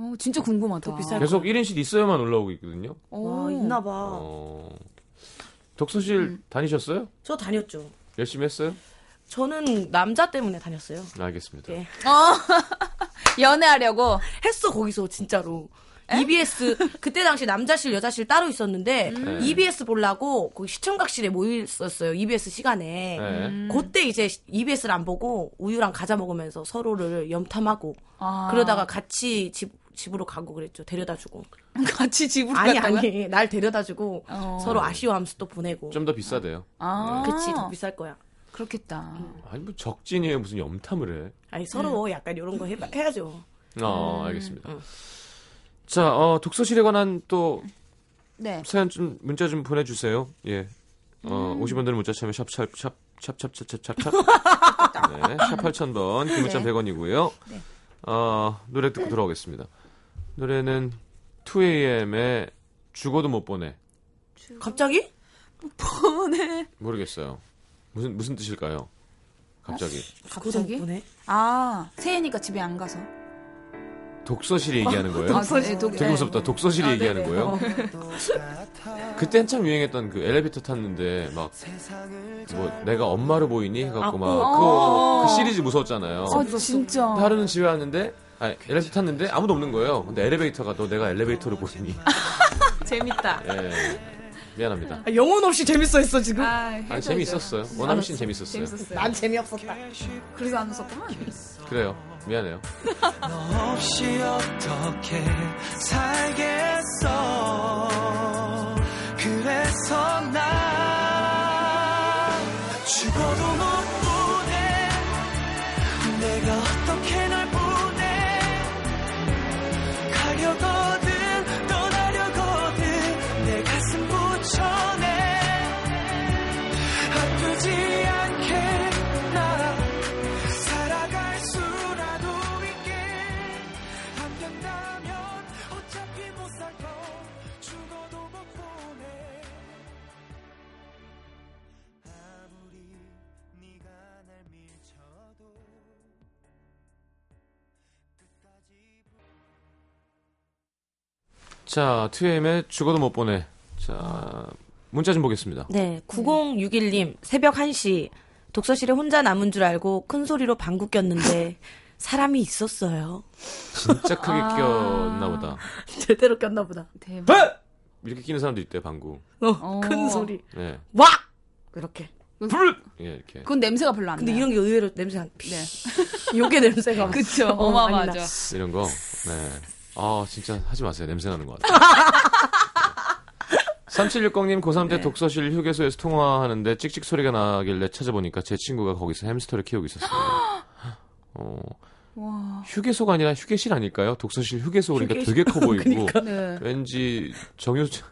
Speaker 5: 어, 진짜 궁금하다.
Speaker 3: 더 비쌀
Speaker 1: 계속 1인실 있어야만 올라오고 있거든요.
Speaker 5: 어.
Speaker 3: 와 있나 봐.
Speaker 1: 어. 독서실
Speaker 3: 음.
Speaker 1: 다니셨어요?
Speaker 3: 저 다녔죠.
Speaker 1: 열심히 했어요? 네,
Speaker 3: 저는 남자 때문에 다녔어요.
Speaker 1: 알겠습니다.
Speaker 3: 예.
Speaker 5: 어. 연애하려고.
Speaker 3: 했어 거기서 진짜로. EBS 그때 당시 남자실 여자실 따로 있었는데
Speaker 1: 음.
Speaker 3: EBS 보려고 거기 시청각실에 모였었어요 EBS 시간에
Speaker 1: 네.
Speaker 5: 음.
Speaker 3: 그때 이제 EBS를 안 보고 우유랑 과자 먹으면서 서로를 염탐하고
Speaker 5: 아.
Speaker 3: 그러다가 같이 집 집으로 가고 그랬죠 데려다주고
Speaker 5: 같이 집으로
Speaker 3: 아니
Speaker 5: 갔다가?
Speaker 3: 아니 날 데려다주고
Speaker 5: 어.
Speaker 3: 서로 아쉬워하면서 또 보내고
Speaker 1: 좀 더 비싸대요.
Speaker 5: 아.
Speaker 3: 그치 더 비쌀 거야
Speaker 5: 그렇겠다.
Speaker 1: 아니 뭐 적진이에요. 무슨 염탐을 해.
Speaker 3: 아니 서로 약간 이런 거 해, 해야죠
Speaker 5: 음,
Speaker 1: 아, 알겠습니다. 자, 어, 독서실에 관한 또
Speaker 5: 네.
Speaker 1: 사연 좀 문자 좀 보내주세요. 예. 어,
Speaker 5: 음.
Speaker 1: 50원 드는 문자 참여 샵샵샵 샵샵샵샵샵 네, 샵 8000번 긴 문자
Speaker 5: 네.
Speaker 1: 100원이고요.
Speaker 5: 네.
Speaker 1: 어, 노래 듣고 돌아오겠습니다. 노래는 2AM의 죽어도 못 보내.
Speaker 3: 갑자기
Speaker 5: 보내.
Speaker 1: 모르겠어요. 무슨 무슨 뜻일까요? 갑자기
Speaker 5: 갑자기?
Speaker 3: 보내
Speaker 5: 아, 새해니까 집에 안 가서.
Speaker 1: 독서실이 얘기하는 거예요?
Speaker 5: 독서실. 네, 독-
Speaker 1: 아, 되게 무섭다. 독서실이 얘기하는 거예요? 그때 한참 유행했던 그 엘리베이터 탔는데 막 뭐 내가 엄마로 보이니
Speaker 3: 아,
Speaker 1: 해갖고
Speaker 3: 어.
Speaker 1: 막그 그 시리즈 무서웠잖아요.
Speaker 5: 어, 진짜.
Speaker 1: 하루는 집에 왔는데 아니, 엘리베이터 탔는데 아무도 없는 거예요. 근데 엘리베이터가 너 내가 엘리베이터로 보이니?
Speaker 5: 재밌다.
Speaker 1: 예. 미안합니다.
Speaker 3: 아, 영혼 없이 재밌어 했어 지금
Speaker 1: 아니 재미있었어요. 원남 씨는 재밌었어요.
Speaker 3: 난 재미없었다
Speaker 5: 그래서 안 웃었구만.
Speaker 1: 그래요. 미안해요.
Speaker 6: 없이 어떻게 살겠어 그래서 나 죽어도 못 보내 내가 어떻게 널 보내 가려거든 떠나려거든 내 가슴 붙여내 아프지 않게 나 살아갈 수라도 있게 안 된다면 어차피 못 살고 죽어도 못 보내 아무리 네가 날 밀쳐도 끝까지
Speaker 1: 자, 2AM의 죽어도 못 보내. 자, 문자 좀 보겠습니다.
Speaker 3: 네 9061님 새벽 1시 독서실에 혼자 남은 줄 알고 큰 소리로 방구 꼈는데 사람이 있었어요
Speaker 1: 진짜 크게 끼었나 보다.
Speaker 3: 제대로 꼈나 보다
Speaker 5: 대박.
Speaker 1: 이렇게 끼는 사람도 있대 방구.
Speaker 3: 어, 큰 소리
Speaker 1: 예,
Speaker 3: 와 이렇게 네.
Speaker 1: 예 이렇게.
Speaker 5: 그건 냄새가 별로 안
Speaker 3: 근데
Speaker 5: 나요.
Speaker 3: 이런 게 의외로 냄새 안
Speaker 5: 네.
Speaker 3: 요게 냄새가
Speaker 5: 그쵸.
Speaker 3: 어,
Speaker 5: 어마어마하죠.
Speaker 3: 아니다.
Speaker 1: 이런 거. 네. 아 진짜 하지 마세요. 냄새 나는 것 같아요. 3760님 고3 때 독서실 휴게소에서 통화하는데 찍찍 소리가 나길래 찾아보니까 제 친구가 거기서 햄스터를 키우고 있었습니다. 어,
Speaker 5: 와.
Speaker 1: 휴게소가 아니라 휴게실 아닐까요? 독서실 그러니까. 휴게소 그러니까 되게 커 보이고
Speaker 3: 그러니까
Speaker 5: 네.
Speaker 1: 왠지 정유소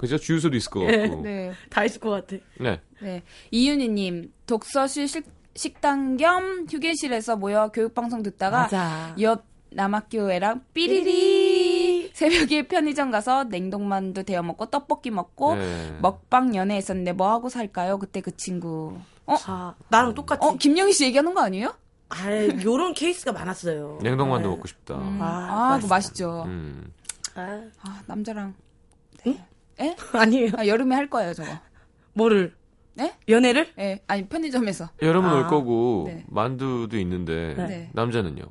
Speaker 1: 그죠? 주유소도 있을 것 같고. 어? 네.
Speaker 5: 네.
Speaker 3: 다 있을 것 같아
Speaker 5: 네. 이윤희님, 독서실 식, 식당 겸 휴게실에서 모여 교육방송 듣다가
Speaker 3: 맞아
Speaker 5: 옆 남학교 애랑 삐리리 새벽에 편의점 가서 냉동만두 데워 먹고 떡볶이 먹고
Speaker 1: 네.
Speaker 5: 먹방 연애했었는데 뭐 하고 살까요? 그때 그 친구. 어?
Speaker 3: 아, 나랑 똑같이
Speaker 5: 어? 김영희 씨 얘기하는 거 아니에요?
Speaker 3: 아 요런 케이스가 많았어요
Speaker 1: 냉동만두
Speaker 3: 네.
Speaker 1: 먹고 싶다.
Speaker 5: 아, 그거 맛있죠.
Speaker 1: 음.
Speaker 3: 아,
Speaker 5: 아, 남자랑
Speaker 3: 아니에요
Speaker 5: 아, 여름에 할 거예요, 저거.
Speaker 3: 뭐를
Speaker 5: 네?
Speaker 3: 연애를
Speaker 5: 예. 아니, 편의점에서.
Speaker 1: 여름은
Speaker 3: 아,
Speaker 1: 올 거고
Speaker 5: 네.
Speaker 1: 만두도 있는데
Speaker 5: 네.
Speaker 1: 남자는요.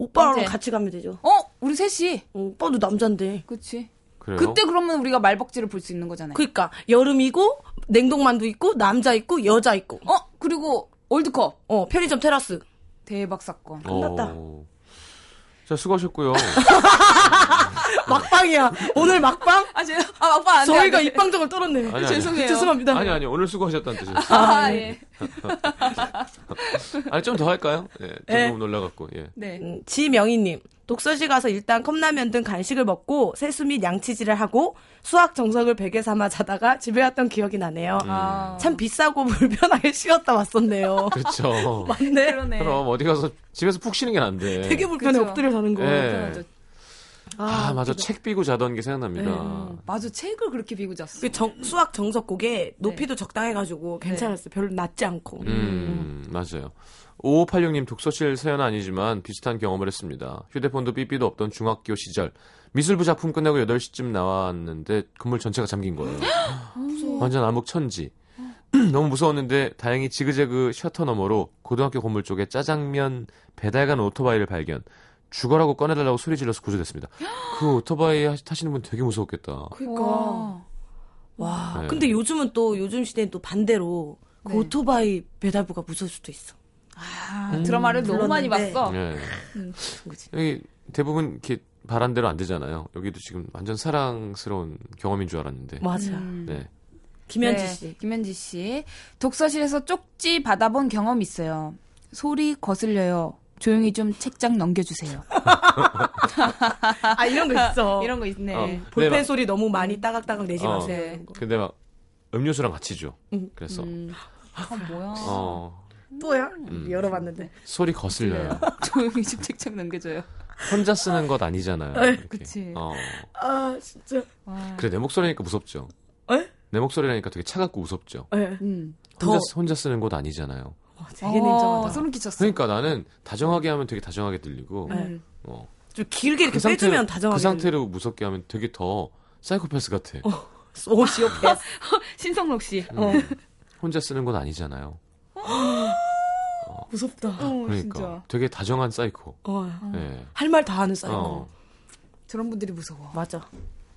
Speaker 3: 오빠랑
Speaker 5: 언제?
Speaker 3: 같이 가면 되죠
Speaker 5: 어? 우리 셋이.
Speaker 3: 어, 오빠도
Speaker 5: 네.
Speaker 3: 남잔데
Speaker 5: 그치
Speaker 1: 그래요?
Speaker 5: 그때 그러면 우리가 말벅지를 볼 수 있는 거잖아요.
Speaker 3: 그러니까 여름이고 냉동만두 있고 남자 있고 여자 있고
Speaker 5: 어? 그리고 월드컵.
Speaker 3: 어 편의점 테라스
Speaker 5: 대박 사건.
Speaker 3: 끝났다.
Speaker 1: 어. 자 수고하셨고요.
Speaker 3: 막방이야 오늘 막방
Speaker 5: 아, 제가 아, 아빠 안 돼.
Speaker 3: 저희가
Speaker 5: 안 돼.
Speaker 3: 입방정을 떨었네요
Speaker 1: 아니, 아니.
Speaker 5: 죄송해요.
Speaker 3: 죄송합니다
Speaker 1: 아니 아니 오늘 수고하셨다는 뜻이에요.
Speaker 5: 아, 예.
Speaker 1: 아니 좀 더 할까요? 예, 좀
Speaker 3: 네.
Speaker 1: 너무 놀라갖고 예.
Speaker 5: 네.
Speaker 3: 음, 지명희님 독서실 가서 일단 컵라면 등 간식을 먹고 세수 및 양치질을 하고 수학 정석을 베개 삼아 자다가 집에 왔던 기억이 나네요.
Speaker 1: 음.
Speaker 5: 아,
Speaker 3: 참 비싸고 불편하게 쉬었다 왔었네요.
Speaker 1: 그렇죠.
Speaker 3: 맞네.
Speaker 5: 그러네.
Speaker 1: 그럼 어디 가서 집에서 푹 쉬는 게 난데.
Speaker 3: 되게 불편해
Speaker 5: 그죠.
Speaker 3: 엎드려 자는 거.
Speaker 1: 예.
Speaker 5: 불편하죠.
Speaker 1: 아, 맞아. 책 비고 자던 게 생각납니다.
Speaker 3: 네.
Speaker 5: 음, 맞아 책을 그렇게 비고 잤어.
Speaker 3: 그 정- 수학 정석곡에 높이도 적당해가지고 괜찮았어요. 별로 낮지 않고.
Speaker 1: 음, 맞아요. 5586님 독서실 사연 아니지만 비슷한 경험을 했습니다. 휴대폰도 삐삐도 없던 중학교 시절. 미술부 작품 끝나고 8시쯤 나왔는데 건물 전체가 잠긴 거예요.
Speaker 3: 음.
Speaker 1: 완전 암흑 천지. 너무 무서웠는데 다행히 지그재그 셔터 너머로 고등학교 건물 쪽에 짜장면 배달간 오토바이를 발견. 죽어라고 꺼내달라고 소리 질러서 구조됐습니다. 그 오토바이 하- 타시는 분 되게 무서웠겠다.
Speaker 5: 와.
Speaker 3: 와.
Speaker 1: 네.
Speaker 3: 아, 근데 요즘은 또 요즘 시대는 또 반대로 그
Speaker 5: 네.
Speaker 3: 오토바이 배달부가 무서울 수도 있어.
Speaker 5: 아, 드라마를 너무 많이
Speaker 3: 불렀는데.
Speaker 5: 봤어.
Speaker 1: 예.
Speaker 3: 그치.
Speaker 1: 여기 대부분 이렇게 바란대로 안 되잖아요. 여기도 지금 완전 사랑스러운 경험인 줄 알았는데.
Speaker 3: 맞아.
Speaker 5: 음.
Speaker 1: 네.
Speaker 3: 김현지
Speaker 5: 네,
Speaker 3: 씨.
Speaker 5: 김현지 씨. 독서실에서 쪽지 받아본 경험 있어요. 소리 거슬려요. 조용히 좀 책장 넘겨주세요.
Speaker 3: 아 이런 거 있어.
Speaker 5: 이런 거 있네.
Speaker 1: 어.
Speaker 3: 볼펜
Speaker 1: 네, 막-
Speaker 3: 소리 너무 많이 따각따각 내지
Speaker 1: 어.
Speaker 3: 마세요.
Speaker 5: 네.
Speaker 3: 이런 거.
Speaker 1: 근데 막 음료수랑 같이 줘. 그래서
Speaker 5: 음. 아, 뭐야.
Speaker 1: 어,
Speaker 3: 또야? 열어봤는데.
Speaker 1: 소리
Speaker 5: 네.
Speaker 1: 거슬려요.
Speaker 5: 조용히 좀 책장 넘겨줘요.
Speaker 1: 혼자 쓰는 것 아니잖아요. 이렇게.
Speaker 5: 그치.
Speaker 1: 어.
Speaker 3: 아 진짜.
Speaker 5: 와.
Speaker 1: 그래 내 목소리니까 무섭죠.
Speaker 3: 에?
Speaker 1: 내 목소리라니까 되게 차갑고 무섭죠.
Speaker 3: 예.
Speaker 5: 음.
Speaker 1: 혼자
Speaker 3: 더.
Speaker 1: 쓰- 혼자 쓰는 곳 아니잖아요.
Speaker 3: 되게 냉정하다.
Speaker 5: 어, 소름 끼쳤어.
Speaker 1: 그러니까 나는 다정하게 하면 되게 다정하게 들리고
Speaker 5: 음.
Speaker 3: 네.
Speaker 1: 어.
Speaker 3: 좀 길게 이렇게 빼주면 다정하게.
Speaker 1: 그 상태로 무섭게 하면 되게 더 사이코패스 같아. 음.
Speaker 3: 오시오패스. 예.
Speaker 5: 신성록 씨.
Speaker 3: 어.
Speaker 1: 혼자 쓰는 건 아니잖아요.
Speaker 3: 무섭다.
Speaker 5: 어,
Speaker 1: 그러니까
Speaker 5: 진짜.
Speaker 1: 되게 다정한 사이코.
Speaker 3: 어.
Speaker 1: 예.
Speaker 3: 할 말 다 하는 사이코.
Speaker 1: 어.
Speaker 5: 저런 분들이 무서워.
Speaker 3: 맞아.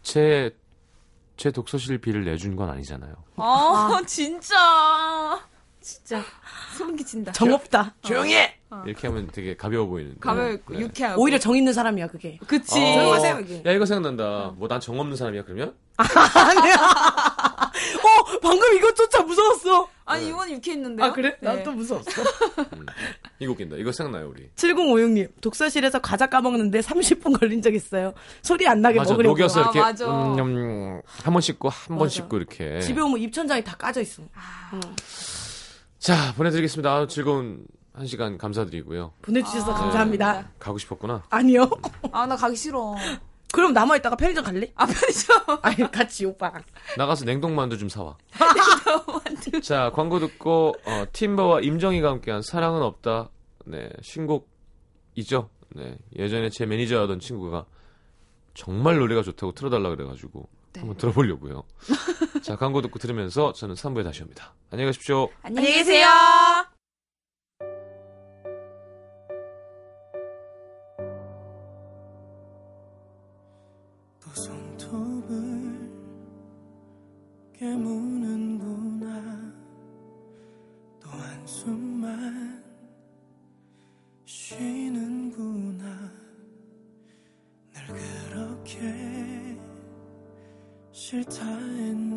Speaker 1: 제, 제 독서실 비를 내준 건 아니잖아요.
Speaker 5: 아, 진짜.
Speaker 3: 진짜
Speaker 5: 소름 끼친다.
Speaker 3: 정없다. 아.
Speaker 1: 이렇게 하면 되게 가벼워 보이는데. 네. 어.
Speaker 5: 가벼워있고, 유쾌하고.
Speaker 3: 오히려 정 있는 사람이야 그게.
Speaker 5: 그치.
Speaker 3: 정하세요, 이게.
Speaker 1: 야, 이거 생각난다. 뭐, 난 정 없는 사람이야, 그러면?
Speaker 3: 어 방금 이것조차 무서웠어.
Speaker 5: 아니, 이건 유쾌했는데요? 네.
Speaker 3: 무서웠어.
Speaker 1: 이거 웃긴다. 이거 생각나요, 우리.
Speaker 3: 7056님 독서실에서 과자 까먹는데 30분 걸린 적 있어요. 소리 안 나게
Speaker 1: 맞아,
Speaker 3: 먹으려고.
Speaker 1: 녹여서
Speaker 5: 아,
Speaker 1: 이렇게.
Speaker 5: 맞아.
Speaker 1: 음, 음, 한번 씹고, 한 번
Speaker 3: 맞아.
Speaker 1: 씹고, 이렇게.
Speaker 3: 집에 오면 입천장이 다 까져 있어.
Speaker 1: 자, 보내드리겠습니다. 아유, 즐거운 한 시간 감사드리고요.
Speaker 3: 보내주셔서 감사합니다.
Speaker 1: 가고 싶었구나.
Speaker 3: 아니요.
Speaker 5: 아, 나 가기 싫어.
Speaker 3: 그럼 남아 있다가 편의점 갈래?
Speaker 5: 아, 편의점.
Speaker 3: 아니 같이 오빠.
Speaker 1: 나가서 냉동만두 좀 사와. 자, 광고 듣고, 어, 팀버와 임정희가 함께한 사랑은 없다. 네, 신곡이죠. 네, 예전에 제 매니저였던 친구가 정말 노래가 좋다고 틀어달라 그래가지고
Speaker 3: 네.
Speaker 1: 한번 들어보려고요. 자, 광고 듣고 들으면서 저는 3부에 다시 옵니다. 안녕히 가십시오.
Speaker 5: 안녕히 계세요.
Speaker 6: 또 손톱을 깨무는구나 또 한숨만 쉬는구나 늘 그렇게 싫다 했나